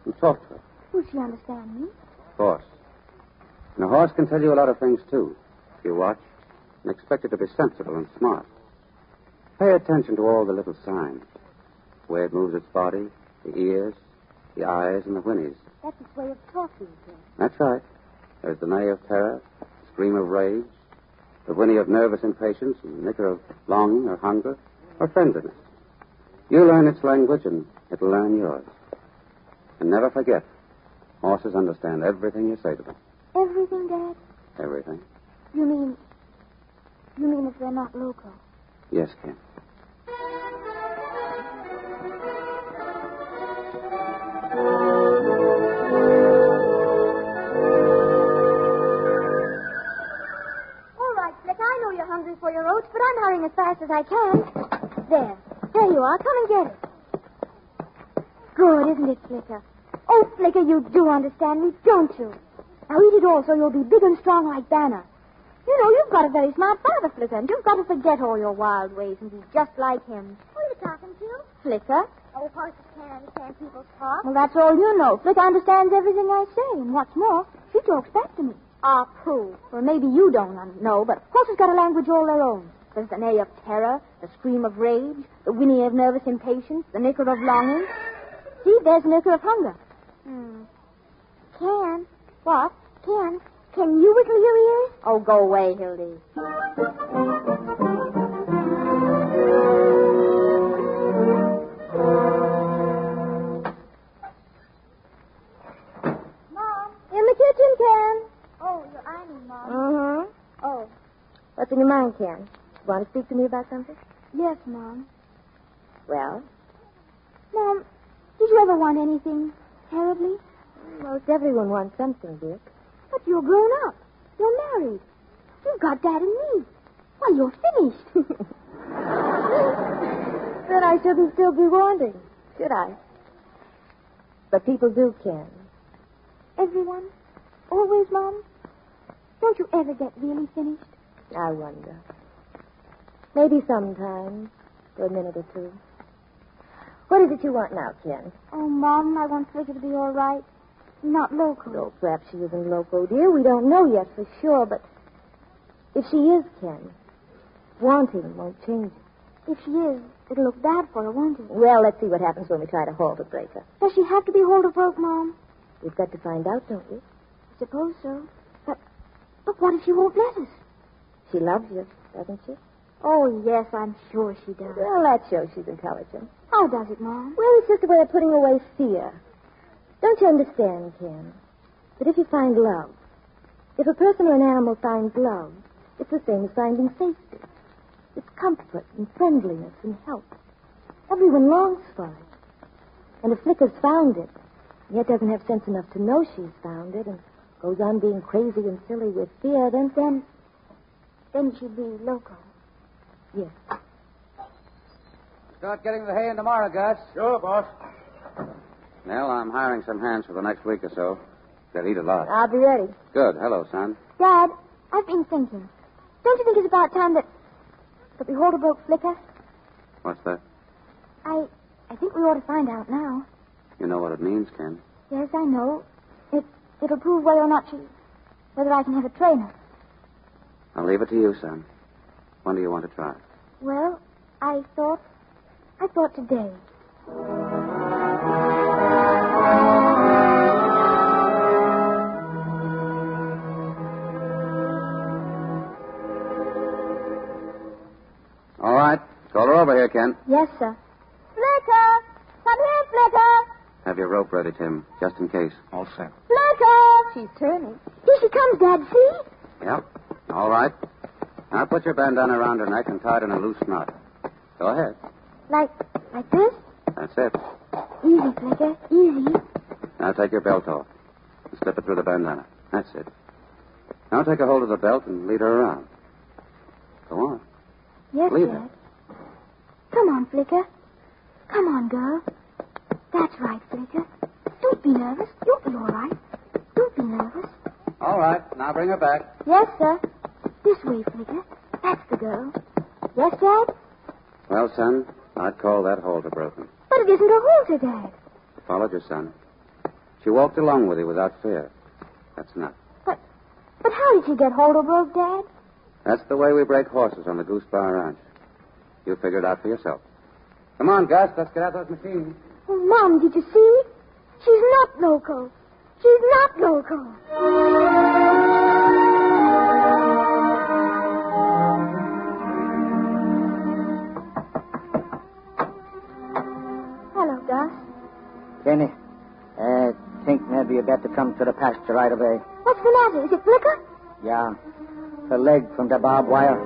Speaker 5: And talk to her,
Speaker 3: Will she understand me?
Speaker 5: of course. And a horse can tell you a lot of things, too, if you watch and expect it to be sensible and smart. Pay attention to all the little signs the way it moves its body, the ears, the eyes, and the whinnies.
Speaker 8: That's its way of talking to him.
Speaker 5: That's right. There's the neigh of terror, scream of rage, the whinny of nervous impatience, and the nicker of longing or hunger or friendliness. You learn its language and it'll learn yours. And never forget, horses understand everything you say to them.
Speaker 3: Everything, Dad?
Speaker 5: Everything.
Speaker 3: You mean. You mean if they're not local?
Speaker 5: Yes, Ken.
Speaker 3: All right, Flick, I know you're hungry for your oats, but I'm hurrying as fast as I can. There. There you are. Come and get it. Good, isn't it, Flicker? Oh, Flicker, you do understand me, don't you? Now eat it all so you'll be big and strong like Banner. You know, you've got a very smart father, Flicker, and you've got to forget all your wild ways and be just like him.
Speaker 8: Who are you talking to?
Speaker 3: Flicker?
Speaker 8: Oh, horses can't understand people's talk.
Speaker 3: Well, that's all you know. Flicker understands everything I say, and what's more, she talks back to me. Ah, pooh. Well, maybe you don't un- know, but horses got a language all their own. There's the neigh of terror, the scream of rage, the whinny of nervous impatience, the nicker of longing. See, there's the nicker of hunger.
Speaker 8: Hmm.
Speaker 3: Can. What? Can. Can you wiggle your ears? Oh, go away, Hildy.
Speaker 8: Mom?
Speaker 3: In the kitchen, Can.
Speaker 8: Oh, you're ironing, Mom.
Speaker 6: Uh.
Speaker 3: Mm-hmm.
Speaker 8: Oh,
Speaker 6: What's in your mind, Ken? Want to speak to me about something?
Speaker 3: Yes, Mom.
Speaker 6: Well,
Speaker 3: Mom, did you ever want anything terribly?
Speaker 6: most everyone wants something, Dick.
Speaker 3: But you're grown up. You're married. You've got Dad and me. Well, you're finished.
Speaker 6: Then I shouldn't still be wanting, should I? But people do, Ken.
Speaker 3: Everyone? Always, Mom? Don't you ever get really finished?
Speaker 6: I wonder. Maybe sometime, for a minute or two. What is it you want now, Ken?
Speaker 3: Oh, Mom, I want Flicker to be all right. Not local.
Speaker 6: Oh, perhaps she isn't loco, dear. We don't know yet for sure, but if she is, Ken, wanting won't change it.
Speaker 3: If she is, it'll look bad for her, won't it?
Speaker 6: Well, let's see what happens when we try to halt or break her.
Speaker 3: Does she have to be hold of rope, Mom?
Speaker 6: We've got to find out, don't we?
Speaker 3: I suppose so. But, but what if she won't let us?
Speaker 6: She loves you, doesn't she?
Speaker 3: Oh, yes, I'm sure she does.
Speaker 6: Well, that shows she's intelligent.
Speaker 3: How does it, Mom?
Speaker 6: Well, it's just a way of putting away fear. Don't you understand, Ken? That if you find love, if a person or an animal finds love, it's the same as finding safety. It's comfort and friendliness and help. Everyone longs for it. And if Flicker's found it, and yet doesn't have sense enough to know she's found it, and goes on being crazy and silly with fear, then then
Speaker 3: Then she'd be local.
Speaker 4: Start getting the hay in tomorrow, Gus.
Speaker 7: Sure, boss.
Speaker 5: Nell, I'm hiring some hands for the next week or so. They'll eat a lot.
Speaker 6: I'll be ready.
Speaker 5: Good. Hello, son.
Speaker 3: Dad, I've been thinking. Don't you think it's about time that that we hold a broke Flicker?
Speaker 5: What's that?
Speaker 3: I I think we ought to find out now.
Speaker 5: You know what it means, Ken.
Speaker 3: Yes, I know. It, it'll prove whether or not she. whether I can have a trainer.
Speaker 5: I'll leave it to you, son. When do you want to try?
Speaker 3: Well, I thought. I thought today.
Speaker 5: All right. Call her over here, Ken.
Speaker 3: Yes, sir. Flicker! Come here, Flicker!
Speaker 5: Have your rope ready, Tim, just in case.
Speaker 9: All set.
Speaker 3: Flicker!
Speaker 8: She's turning.
Speaker 3: Here she comes, Dad. See?
Speaker 5: Yep. All right. Now put your bandana around her neck and tie it in a loose knot. Go ahead.
Speaker 3: Like, like this?
Speaker 5: That's it.
Speaker 3: Easy, Flicker. Easy.
Speaker 5: Now take your belt off and slip it through the bandana. That's it. Now take a hold of the belt and lead her around. Go on.
Speaker 3: Yes,
Speaker 5: Leave
Speaker 3: Dad. Come on, Flicker. Come on, girl. That's right, Flicker. Don't be nervous. You'll be all right. Don't be nervous.
Speaker 5: All right. Now bring her back.
Speaker 3: Yes, sir. This way, Flicker. That's the girl. Yes, Dad?
Speaker 5: Well, son, I'd call that halter broken.
Speaker 3: But it isn't a halter, Dad.
Speaker 5: Followed your son. She walked along with you without fear. That's not.
Speaker 3: But how did she get hold of rope, Dad?
Speaker 5: That's the way we break horses on the Goose Bar Ranch. You figure it out for yourself. Come on, Gus. Let's get out those machines.
Speaker 3: Oh, Mom, did you see? She's not loco. She's not loco. Hello, Gus.
Speaker 10: Jenny, I think maybe you better come to the pasture right away.
Speaker 3: What's the matter? Is it Flicker?
Speaker 10: Yeah. Her leg from the barbed wire.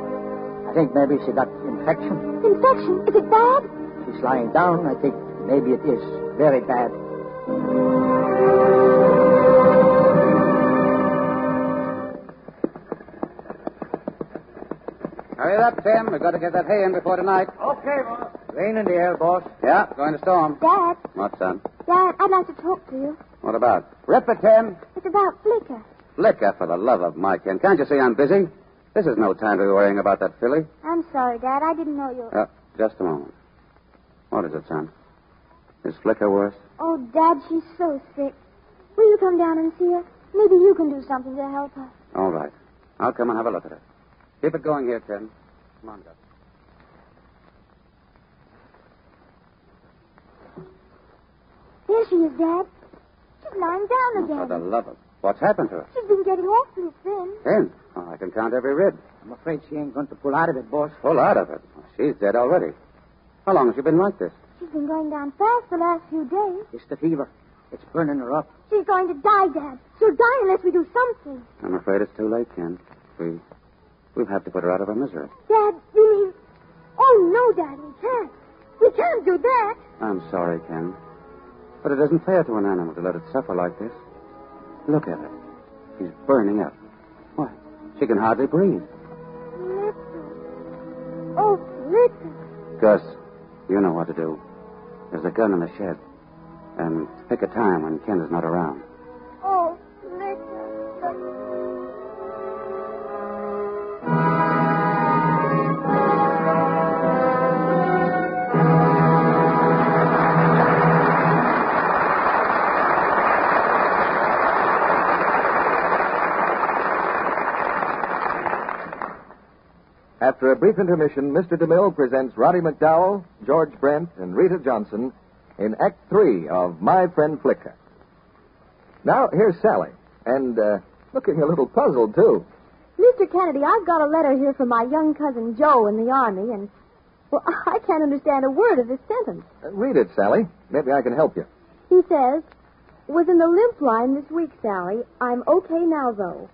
Speaker 10: I think maybe she got infection.
Speaker 3: Infection? Is it bad?
Speaker 10: She's lying down. I think maybe it is very bad.
Speaker 5: Hurry it up, Tim. We've got to get that hay in before tonight.
Speaker 10: Okay, boss.
Speaker 5: Rain in the air, boss. Yeah, going to storm.
Speaker 3: Dad,
Speaker 5: What, son?
Speaker 3: Dad, I'd like to talk to you.
Speaker 5: What about? Ripper, Tim.
Speaker 3: It's about Flicker.
Speaker 5: Liquor, for the love of Mike, and can't you see I'm busy? This is no time to be worrying about that filly.
Speaker 3: I'm sorry, Dad. I didn't know you.
Speaker 5: Uh, just a moment. What is it, son? Is Flicker worse?
Speaker 3: Oh, Dad, she's so sick. Will you come down and see her? Maybe you can do something to help her.
Speaker 5: All right. I'll come and have a look at her. Keep it going here, Tim. Come on, Gus.
Speaker 3: There she is, Dad. She's lying down
Speaker 5: For the
Speaker 3: again.
Speaker 5: love of... What's happened to her?
Speaker 3: She's been getting awfully thin.
Speaker 5: Thin. Oh, I can count every rib.
Speaker 10: I'm afraid she ain't going to pull out of it, boss.
Speaker 5: Full out of it. She's dead already. How long has she been like this?
Speaker 3: She's been going down fast the last few days.
Speaker 10: It's the fever. It's burning her up.
Speaker 3: She's going to die, Dad. She'll die unless we do something.
Speaker 5: I'm afraid it's too late, Ken. We... We'll have to put her out of her misery.
Speaker 3: Dad, you mean... Oh, no, Dad, we can't. We can't do that.
Speaker 5: I'm sorry, Ken. But it isn't fair to an animal to let it suffer like this. Look at her. She's burning up. Why, she can hardly breathe.
Speaker 3: Flicker. Oh, Flicker.
Speaker 5: Gus, you know what to do. There's a gun in the shed. And pick a time when Ken is not around.
Speaker 3: Oh, Flicker.
Speaker 1: After a brief intermission, Mr. DeMille presents Roddy McDowell, George Brent, and Rita Johnson in Act Three of My Friend Flicker. Now, here's Sally, and uh, looking a little puzzled, too.
Speaker 8: Mr. Kennedy, I've got a letter here from my young cousin Joe in the Army, and, well, I can't understand a word of this sentence.
Speaker 1: Uh, read it, Sally. Maybe I can help you.
Speaker 8: He says, Was in the limp line this week, Sally. I'm okay now, though.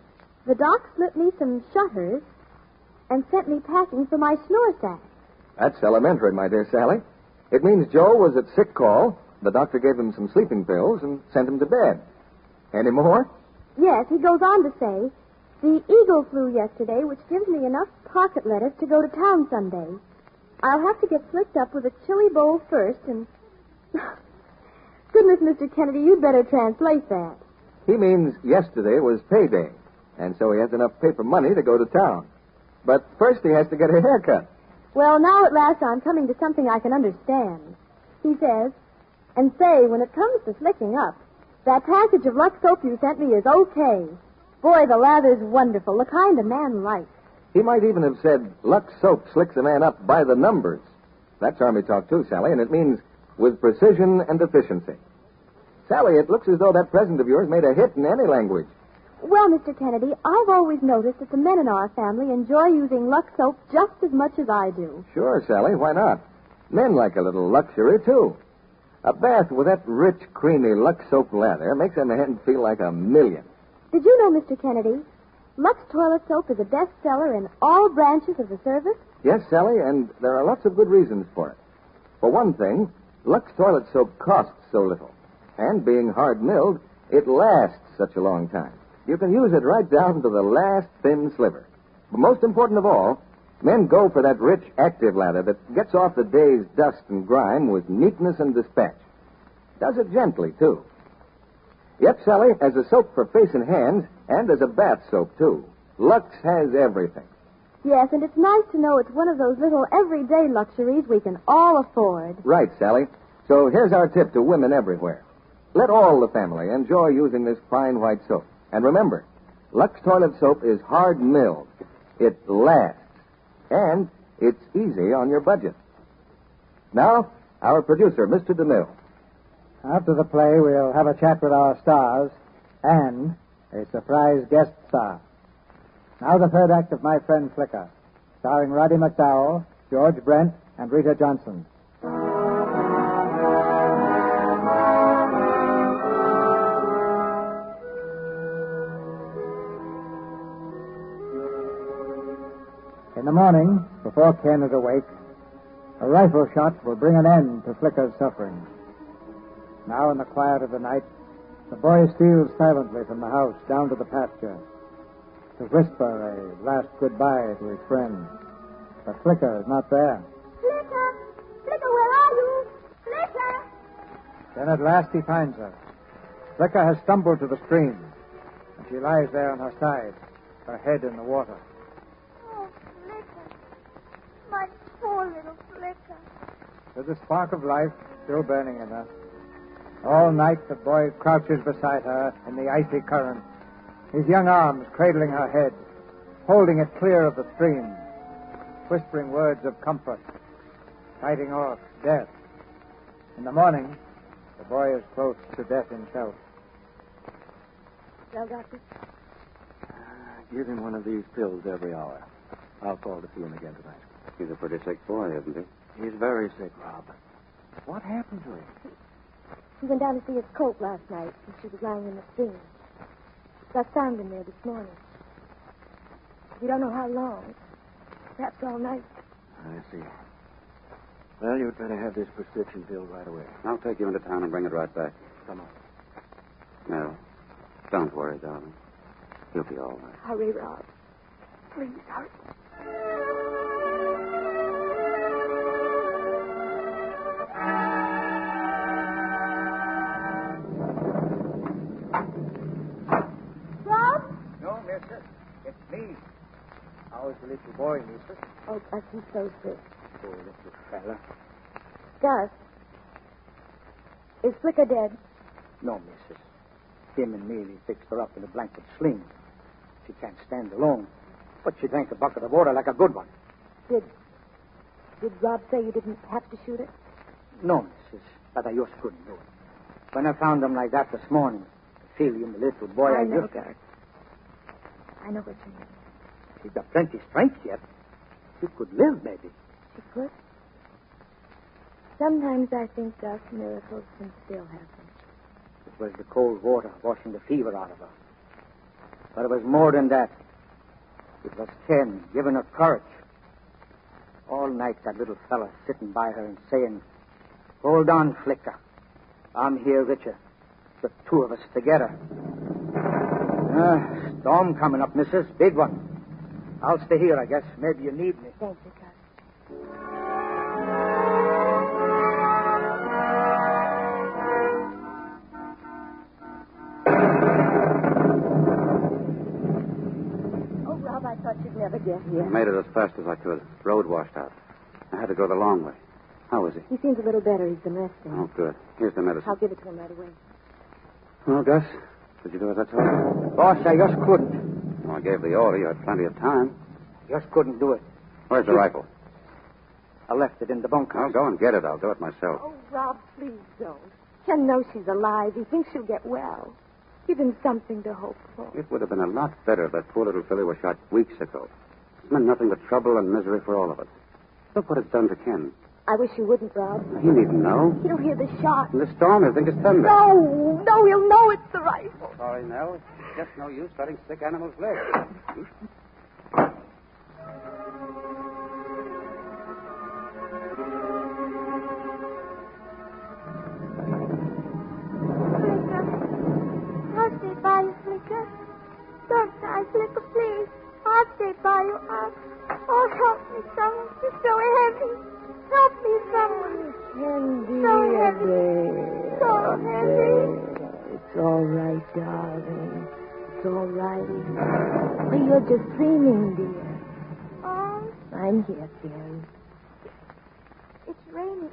Speaker 8: The doc slipped me some shutters and sent me packing for my snore sack.
Speaker 1: That's elementary, my dear Sally. It means Joe was at sick call. The doctor gave him some sleeping pills and sent him to bed. Any more?
Speaker 8: Yes, he goes on to say, The eagle flew yesterday, which gives me enough pocket letters to go to town Sunday. I'll have to get slicked up with a chili bowl first, and. Goodness, Mr. Kennedy, you'd better translate that.
Speaker 1: He means yesterday was payday, and so he has enough paper money to go to town. But first he has to get a haircut.
Speaker 8: Well, now at last I'm coming to something I can understand. He says, And say, when it comes to slicking up, that package of Lux soap you sent me is okay. Boy, the lather's wonderful, the kind a man likes.
Speaker 1: He might even have said, Lux soap slicks a man up by the numbers. That's Army talk, too, Sally, and it means with precision and efficiency. Sally, it looks as though that present of yours made a hit in any language.
Speaker 8: Well, Mr. Kennedy, I've always noticed that the men in our family enjoy using Lux soap just as much as I do.
Speaker 1: Sure, Sally, why not? Men like a little luxury, too. A bath with that rich, creamy Lux soap lather makes a man feel like a million.
Speaker 8: Did you know, Mr. Kennedy, Lux toilet soap is a bestseller in all branches of the service?
Speaker 1: Yes, Sally, and there are lots of good reasons for it. For one thing, Lux toilet soap costs so little. And being hard milled, it lasts such a long time. You can use it right down to the last thin sliver. But most important of all, men go for that rich, active lather that gets off the day's dust and grime with neatness and dispatch. Does it gently, too. Yep, Sally, as a soap for face and hands, and as a bath soap, too. Lux has everything.
Speaker 8: Yes, and it's nice to know it's one of those little everyday luxuries we can all afford.
Speaker 1: Right, Sally. So here's our tip to women everywhere. Let all the family enjoy using this fine white soap. And remember, Lux toilet soap is hard milled. It lasts. And it's easy on your budget. Now, our producer, Mr. DeMille.
Speaker 2: After the play, we'll have a chat with our stars and a surprise guest star. Now, the third act of My Friend Flicker, starring Roddy McDowell, George Brent, and Rita Johnson. In the morning, before Ken is awake, a rifle shot will bring an end to Flicker's suffering. Now, in the quiet of the night, the boy steals silently from the house down to the pasture to whisper a last goodbye to his friend. But Flicker is not there.
Speaker 3: Flicker! Flicker, where are you? Flicker!
Speaker 2: Then at last he finds her. Flicker has stumbled to the stream, and she lies there on her side, her head in the water.
Speaker 3: Oh, Flicker. My poor little Flicker.
Speaker 2: With the spark of life still burning in her. All night the boy crouches beside her in the icy current, his young arms cradling her head, holding it clear of the stream, whispering words of comfort, fighting off death. In the morning, the boy is close to death himself.
Speaker 8: Well, Doctor,
Speaker 9: Give him one of these pills every hour. I'll call to see him again tonight.
Speaker 5: He's a pretty sick boy, isn't he?
Speaker 9: He's very sick, Rob. What happened to him?
Speaker 8: he went down to see his coat last night, and she was lying in the stream. I found him there this morning. We don't know how long. Perhaps all night.
Speaker 9: I see. Well, you'd better have this prescription filled right away.
Speaker 5: I'll take you into town and bring it right back.
Speaker 9: Come on.
Speaker 5: No, don't worry, darling. He'll be all right.
Speaker 8: Hurry, Rob. Please hurry. Rob?
Speaker 2: No, mister. It's me. How's the little boy, mister?
Speaker 8: Oh, Gus, he's so sick.
Speaker 2: Poor little fella.
Speaker 8: Gus, is Flicker dead?
Speaker 11: No, missus. Him and me, we fixed her up in a blanket sling. She can't stand alone. But she drank a bucket of water like a good one.
Speaker 8: Did Did Rob say you didn't have to shoot it?
Speaker 11: No, missus. But I just couldn't do it. When I found him like that this morning, feeling the little boy, I,
Speaker 8: I know,
Speaker 11: just...
Speaker 8: Gus. I know what you mean.
Speaker 11: She's got plenty strength yet. She could live, maybe.
Speaker 8: She could. Sometimes I think, Gus, miracles can still happen.
Speaker 11: It was the cold water washing the fever out of her. But it was more than that. It was Ken giving her courage. All night that little fella sitting by her and saying, Hold on, Flicker. I'm here with you. The two of us together. Ah, storm coming up, missus. Big one. I'll stay here, I guess. Maybe you need me.
Speaker 8: Thank you, Gus. Oh, Rob, I thought you'd never get here.
Speaker 5: I made it as fast as I could. Road washed out. I had to go the long way. How is he?
Speaker 6: He seems a little better. He's been resting.
Speaker 5: Oh, good. Here's the medicine.
Speaker 6: I'll give it to him right away.
Speaker 5: Well, Gus, did you do as I told you?
Speaker 2: Boss, I just couldn't.
Speaker 5: Well, I gave the order. You had plenty of time.
Speaker 2: Just couldn't do it.
Speaker 5: Where's the rifle?
Speaker 2: I left it in the
Speaker 5: I'll
Speaker 2: bunkhouse.
Speaker 5: go and get it. I'll do it myself.
Speaker 6: Oh, Rob, please don't. Ken knows she's alive. He thinks she'll get well. Give him something to hope for.
Speaker 5: It would have been a lot better if that poor little filly was shot weeks ago. It's meant nothing but trouble and misery for all of us. Look what it's done to Ken.
Speaker 6: I wish you wouldn't, Rob.
Speaker 5: He needn't know.
Speaker 6: He'll hear the shot.
Speaker 5: And the storm, he'll think it's thunder.
Speaker 6: No, no, he'll know it's the rifle.
Speaker 5: Sorry, Nell. It's just no use letting sick animals live.
Speaker 3: I'll stay by you, Flicker. Don't die, Flicker, please. I'll stay by you. I'll... Oh, help me, someone. It's so heavy. Help me, someone. so heavy. So heavy.
Speaker 6: It's all right, darling. It's all right. But you're just dreaming, dear.
Speaker 3: Oh,
Speaker 6: I'm here, Ken.
Speaker 3: it's raining.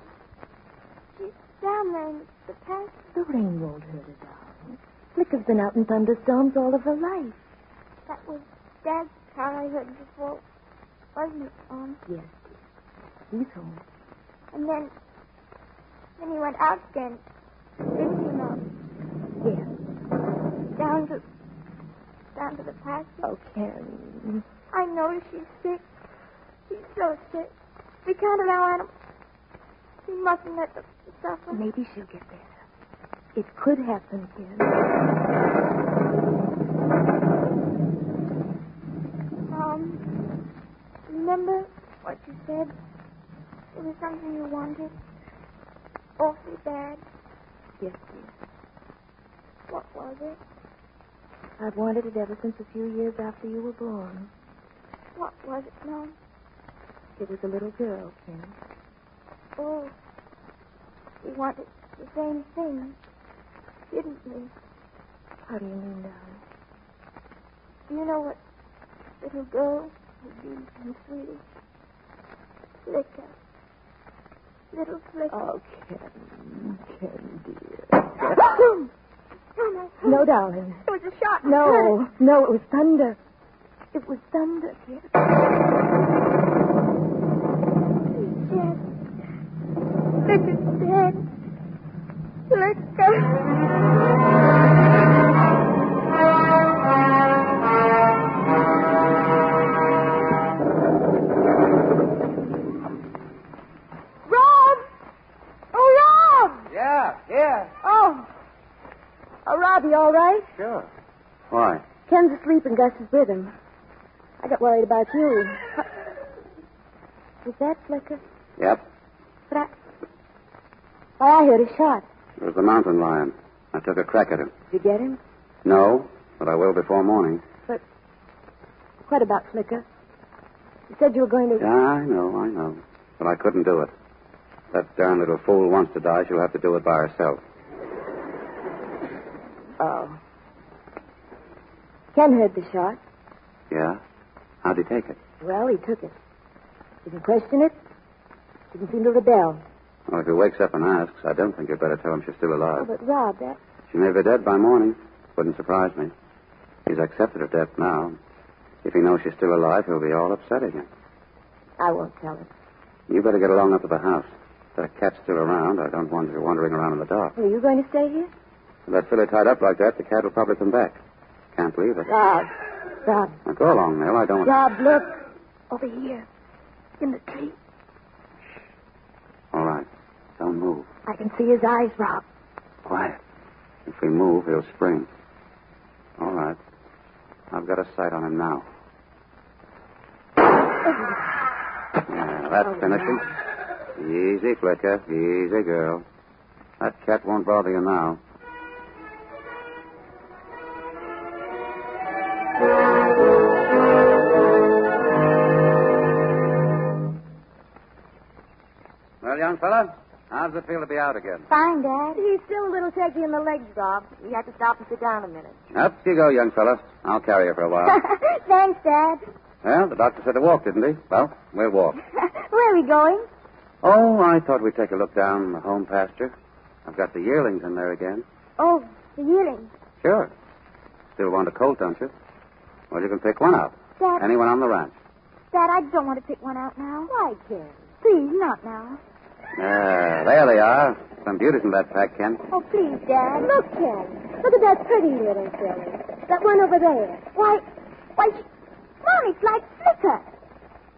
Speaker 3: She's down there in the pasture.
Speaker 6: The rain won't hurt her, darling. Flicker's been out in thunderstorms all of her life.
Speaker 3: That was Dad's car I heard before, wasn't it, Mom?
Speaker 6: Yes, dear. He's home.
Speaker 3: And then, then he went out again, didn't he, Mom?
Speaker 6: Yes.
Speaker 3: Down to, down to the pasture.
Speaker 6: Oh, Ken.
Speaker 3: I know she's sick. She's so sick. We can't allow animals. We mustn't let them suffer.
Speaker 6: Maybe she'll get better. It could happen, Ken.
Speaker 3: Mom, Um, remember what you said? It was something you wanted awfully bad.
Speaker 6: Yes, dear.
Speaker 3: What was it?
Speaker 6: I've wanted it ever since a few years after you were born.
Speaker 3: What was it, Mom?
Speaker 6: It was a little girl, Ken.
Speaker 3: Oh, we wanted the same thing, didn't we?
Speaker 6: How do you mean, darling?
Speaker 3: Do you know what little girl would be the sweetest? Flicker. Little Flicker.
Speaker 6: Oh, Ken, Ken, dear.
Speaker 3: Mama,
Speaker 6: No, darling.
Speaker 3: It was a shot.
Speaker 6: No, no, it was thunder. It was thunder, Ken.
Speaker 3: He's dead. Flicker's dead. Flicker.
Speaker 12: Rob! Oh, Rob!
Speaker 13: Yeah, yeah.
Speaker 12: Oh.
Speaker 6: Oh, Rob, you all right?
Speaker 5: Sure. Why?
Speaker 6: Ken's asleep in Gus's rhythm. I got worried about you. Was that Flicker?
Speaker 5: Yep.
Speaker 6: But I. Why, I heard a shot.
Speaker 5: It was the mountain lion. I took a crack at him.
Speaker 6: Did you get him?
Speaker 5: No, but I will before morning.
Speaker 6: But. What about Flicker? You said you were going to.
Speaker 5: Yeah, I know, I know. But I couldn't do it. That darn little fool wants to die. She'll have to do it by herself.
Speaker 6: Oh. Ken heard the shot.
Speaker 5: Yeah? How'd he take it?
Speaker 6: Well, he took it. Didn't question it. Didn't seem to rebel.
Speaker 5: Well, if he wakes up and asks, I don't think you'd better tell him she's still
Speaker 6: Oh,
Speaker 5: alive.
Speaker 6: but Rob, that.
Speaker 5: She may be dead by morning. Wouldn't surprise me. He's accepted her death now. If he knows she's still alive, he'll be all upset again.
Speaker 6: I won't tell him.
Speaker 5: You better get along up to the house. If That cat's still around. I don't want her wandering around in the dark.
Speaker 6: Are you going to stay here?
Speaker 5: With that filly tied up like that, the cat will probably come back. Can't leave it.
Speaker 6: Rob. Rob.
Speaker 5: Now, go along, Nell. I don't.
Speaker 6: Rob, look. Over here. In the tree.
Speaker 5: All right. Don't move.
Speaker 6: I can see his eyes, Rob.
Speaker 5: Quiet. If we move, he'll spring. All right. I've got a sight on him now. Yeah,
Speaker 6: Oh,
Speaker 5: that finishes. Easy, Flicker. Easy, girl. That cat won't bother you now. Well, young fella, how's it feel to be out again?
Speaker 12: Fine, Dad.
Speaker 6: He's still a little shaky in the legs, Rob. You have to stop and sit down a minute.
Speaker 5: Up you go, young fella. I'll carry you for a while.
Speaker 12: Thanks, Dad.
Speaker 5: well, the doctor said to walk, didn't he? Well, we'll walk.
Speaker 12: Where are we going?
Speaker 5: Oh, I thought we'd take a look down the home pasture. I've got the yearlings in there again.
Speaker 8: Oh, the yearling.
Speaker 5: Sure. Still want a colt, don't you? Well, you can pick one out.
Speaker 8: Dad,
Speaker 5: Anyone on the ranch.
Speaker 8: Dad, I don't want to pick one out now. Why, Jerry? Please, not now.
Speaker 5: Ah, there they are. Some beauties in that pack, Ken.
Speaker 8: Oh, please, Dad. Look, Ken. Look at that pretty little filly. That one over there. Why, why, she... Mom, it's like Flicker.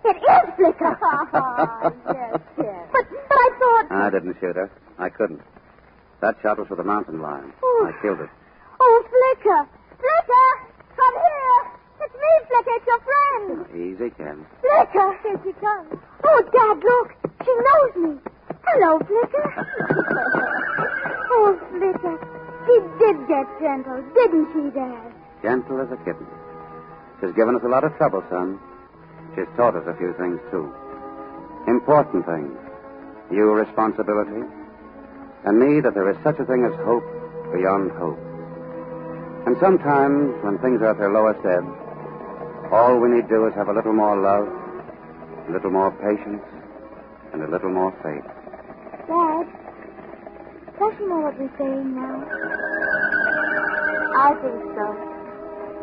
Speaker 8: It is Flicker. Oh, yes, yes. But, but I thought...
Speaker 5: I didn't shoot her. I couldn't. That shot was for the mountain lion.
Speaker 8: Oh.
Speaker 5: I killed it.
Speaker 8: Oh, Flicker. Flicker, come here. It's me, Flicker. It's your friend.
Speaker 5: Easy, Ken.
Speaker 8: Flicker. Here she comes. Oh, Dad, look. She knows me. Hello, Flicker. oh, Flicker. She did get gentle, didn't she, Dad?
Speaker 5: Gentle as a kitten. She's given us a lot of trouble, son. She's taught us a few things, too. Important things. New responsibility. And me that there is such a thing as hope beyond hope. And sometimes, when things are at their lowest ebb, all we need do is have a little more love, a little more patience, and a little more faith.
Speaker 8: Dad, does she know what we're saying now? I think so.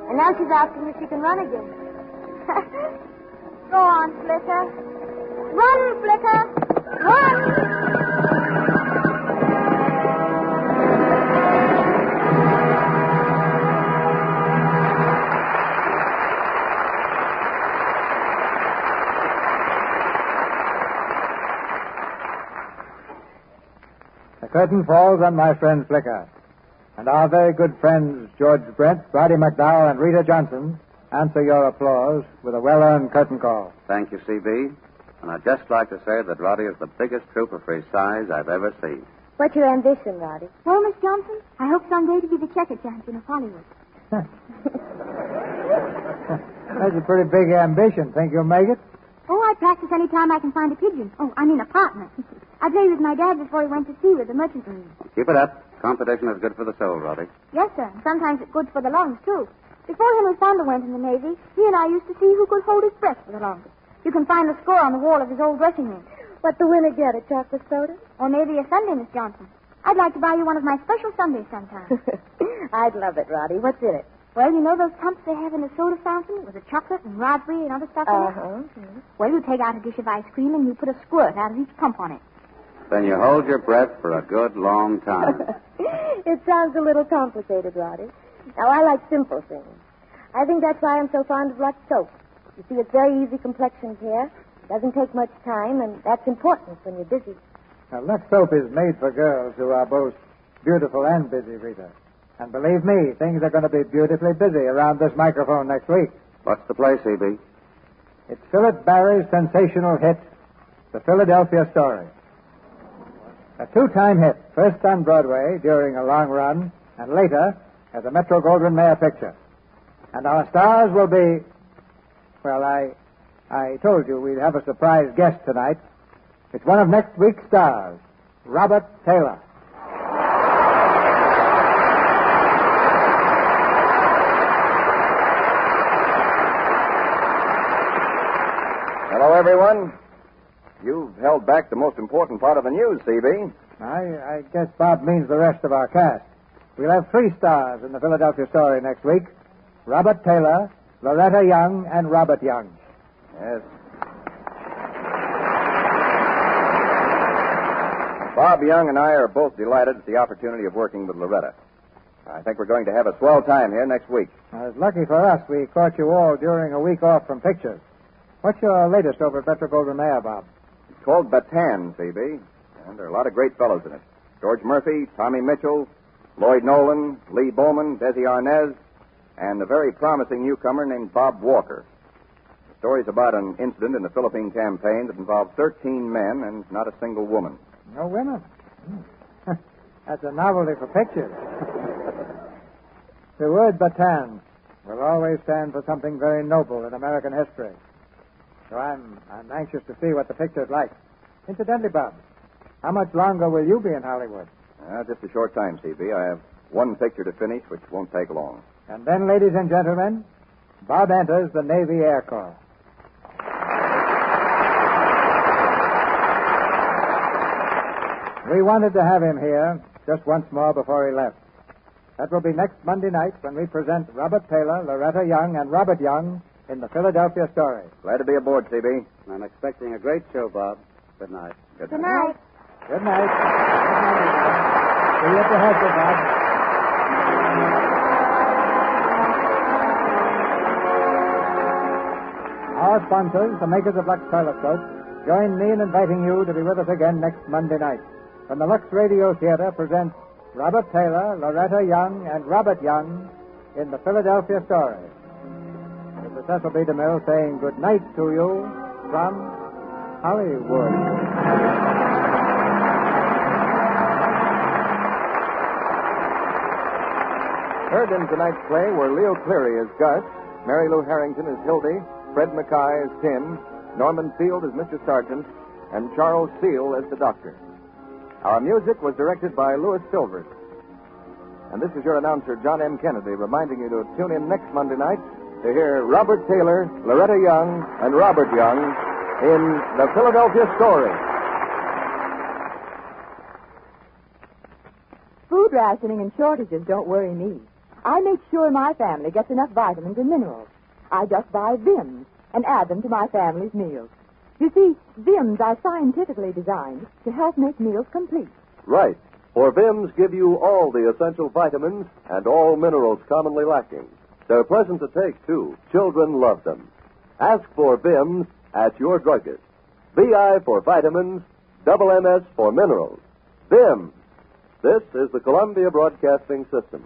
Speaker 8: And now she's asking if she can run again. Go on, Flicker. Run, Flicker. Run!
Speaker 2: The curtain falls on my friend Flicker. And our very good friends, George Brent, Brady McDowell, and Rita Johnson, answer your applause with a well earned curtain call.
Speaker 5: Thank you, C.B. And I'd just like to say that Roddy is the biggest trooper for his size I've ever seen.
Speaker 8: What's your ambition, Roddy? Well, Miss Johnson, I hope someday to be the checker champion of Hollywood.
Speaker 2: That's a pretty big ambition. Think you'll make it?
Speaker 3: Oh, I practice any time I can find a pigeon. Oh, I mean a partner. I played with my dad before he went to sea with the merchant marine.
Speaker 5: Keep it up. Competition is good for the soul, Roddy.
Speaker 3: Yes, sir. and Sometimes it's good for the lungs, too. Before Henry Fonda went in the Navy, he and I used to see who could hold his breath for the longest. You can find the score on the wall of his old dressing room.
Speaker 8: What the winner get, a chocolate soda?
Speaker 3: Or maybe a Sunday, Miss Johnson. I'd like to buy you one of my special Sundays sometime.
Speaker 8: I'd love it, Roddy. What's in it?
Speaker 3: well, you know those pumps they have in the soda fountain with the chocolate and raspberry and other stuff in it?
Speaker 8: Uh-huh.
Speaker 3: Well, you take out a dish of ice cream and you put a squirt out of each pump on it.
Speaker 5: Then you hold your breath for a good long time.
Speaker 8: it sounds a little complicated, Roddy. Now, I like simple things. I think that's why I'm so fond of Lux soap. You see, it's very easy complexion care. Doesn't take much time, and that's important when you're busy.
Speaker 2: Now, Lux Soap is made for girls who are both beautiful and busy, Rita. And believe me, things are going to be beautifully busy around this microphone next week.
Speaker 5: What's the play, C.B.?
Speaker 2: It's Philip Barry's sensational hit, The Philadelphia Story. A two time hit, first on Broadway during a long run, and later as a Metro Goldwyn Mayer picture. And our stars will be. Well, I, I told you we'd have a surprise guest tonight. It's one of next week's stars, Robert Taylor.
Speaker 1: Hello, everyone. You've held back the most important part of the news, CB.
Speaker 2: I, I guess Bob means the rest of our cast. We'll have three stars in the Philadelphia story next week Robert Taylor, Loretta Young, and Robert Young.
Speaker 1: Yes. Bob Young and I are both delighted at the opportunity of working with Loretta. I think we're going to have a swell time here next week.
Speaker 2: Now, it's lucky for us we caught you all during a week off from pictures. What's your latest over at Metro Goldwyn Mayer, Bob?
Speaker 1: It's called Batan, CB, and there are a lot of great fellows in it. George Murphy, Tommy Mitchell, Lloyd Nolan, Lee Bowman, Desi Arnaz, and a very promising newcomer named Bob Walker. The story's about an incident in the Philippine campaign that involved 13 men and not a single woman.
Speaker 2: No women. Hmm. That's a novelty for pictures. the word Bataan will always stand for something very noble in American history. So I'm, I'm anxious to see what the picture's like. Incidentally, Bob, how much longer will you be in Hollywood?
Speaker 1: Uh, just a short time, CB. I have one picture to finish, which won't take long.
Speaker 2: And then, ladies and gentlemen, Bob enters the Navy Air Corps. We wanted to have him here just once more before he left. That will be next Monday night when we present Robert Taylor, Loretta Young, and Robert Young in the Philadelphia story.
Speaker 14: Glad to be aboard, CB.
Speaker 5: I'm expecting a great show, Bob. Good night.
Speaker 3: Good night.
Speaker 2: Good night. See you at the Hester, Bob. Our sponsors, the makers of Lux Toilet Soap, join me in inviting you to be with us again next Monday night when the Lux Radio Theater presents Robert Taylor, Loretta Young, and Robert Young in the Philadelphia Story. This is Cecil B. DeMille saying good night to you from Hollywood.
Speaker 1: Heard in tonight's play were Leo Cleary as Gus, Mary Lou Harrington as Hildy, Fred Mackay as Tim, Norman Field as Mr. Sargent, and Charles Seal as the Doctor. Our music was directed by Louis Silvers. And this is your announcer, John M. Kennedy, reminding you to tune in next Monday night to hear Robert Taylor, Loretta Young, and Robert Young in The Philadelphia Story.
Speaker 6: Food rationing and shortages don't worry me. I make sure my family gets enough vitamins and minerals. I just buy Vims and add them to my family's meals. You see, Vims are scientifically designed to help make meals complete.
Speaker 15: Right. For Vims give you all the essential vitamins and all minerals commonly lacking. They're pleasant to take, too. Children love them. Ask for Vims at your druggist. VI for vitamins, double MS for minerals. Vims. This is the Columbia Broadcasting System.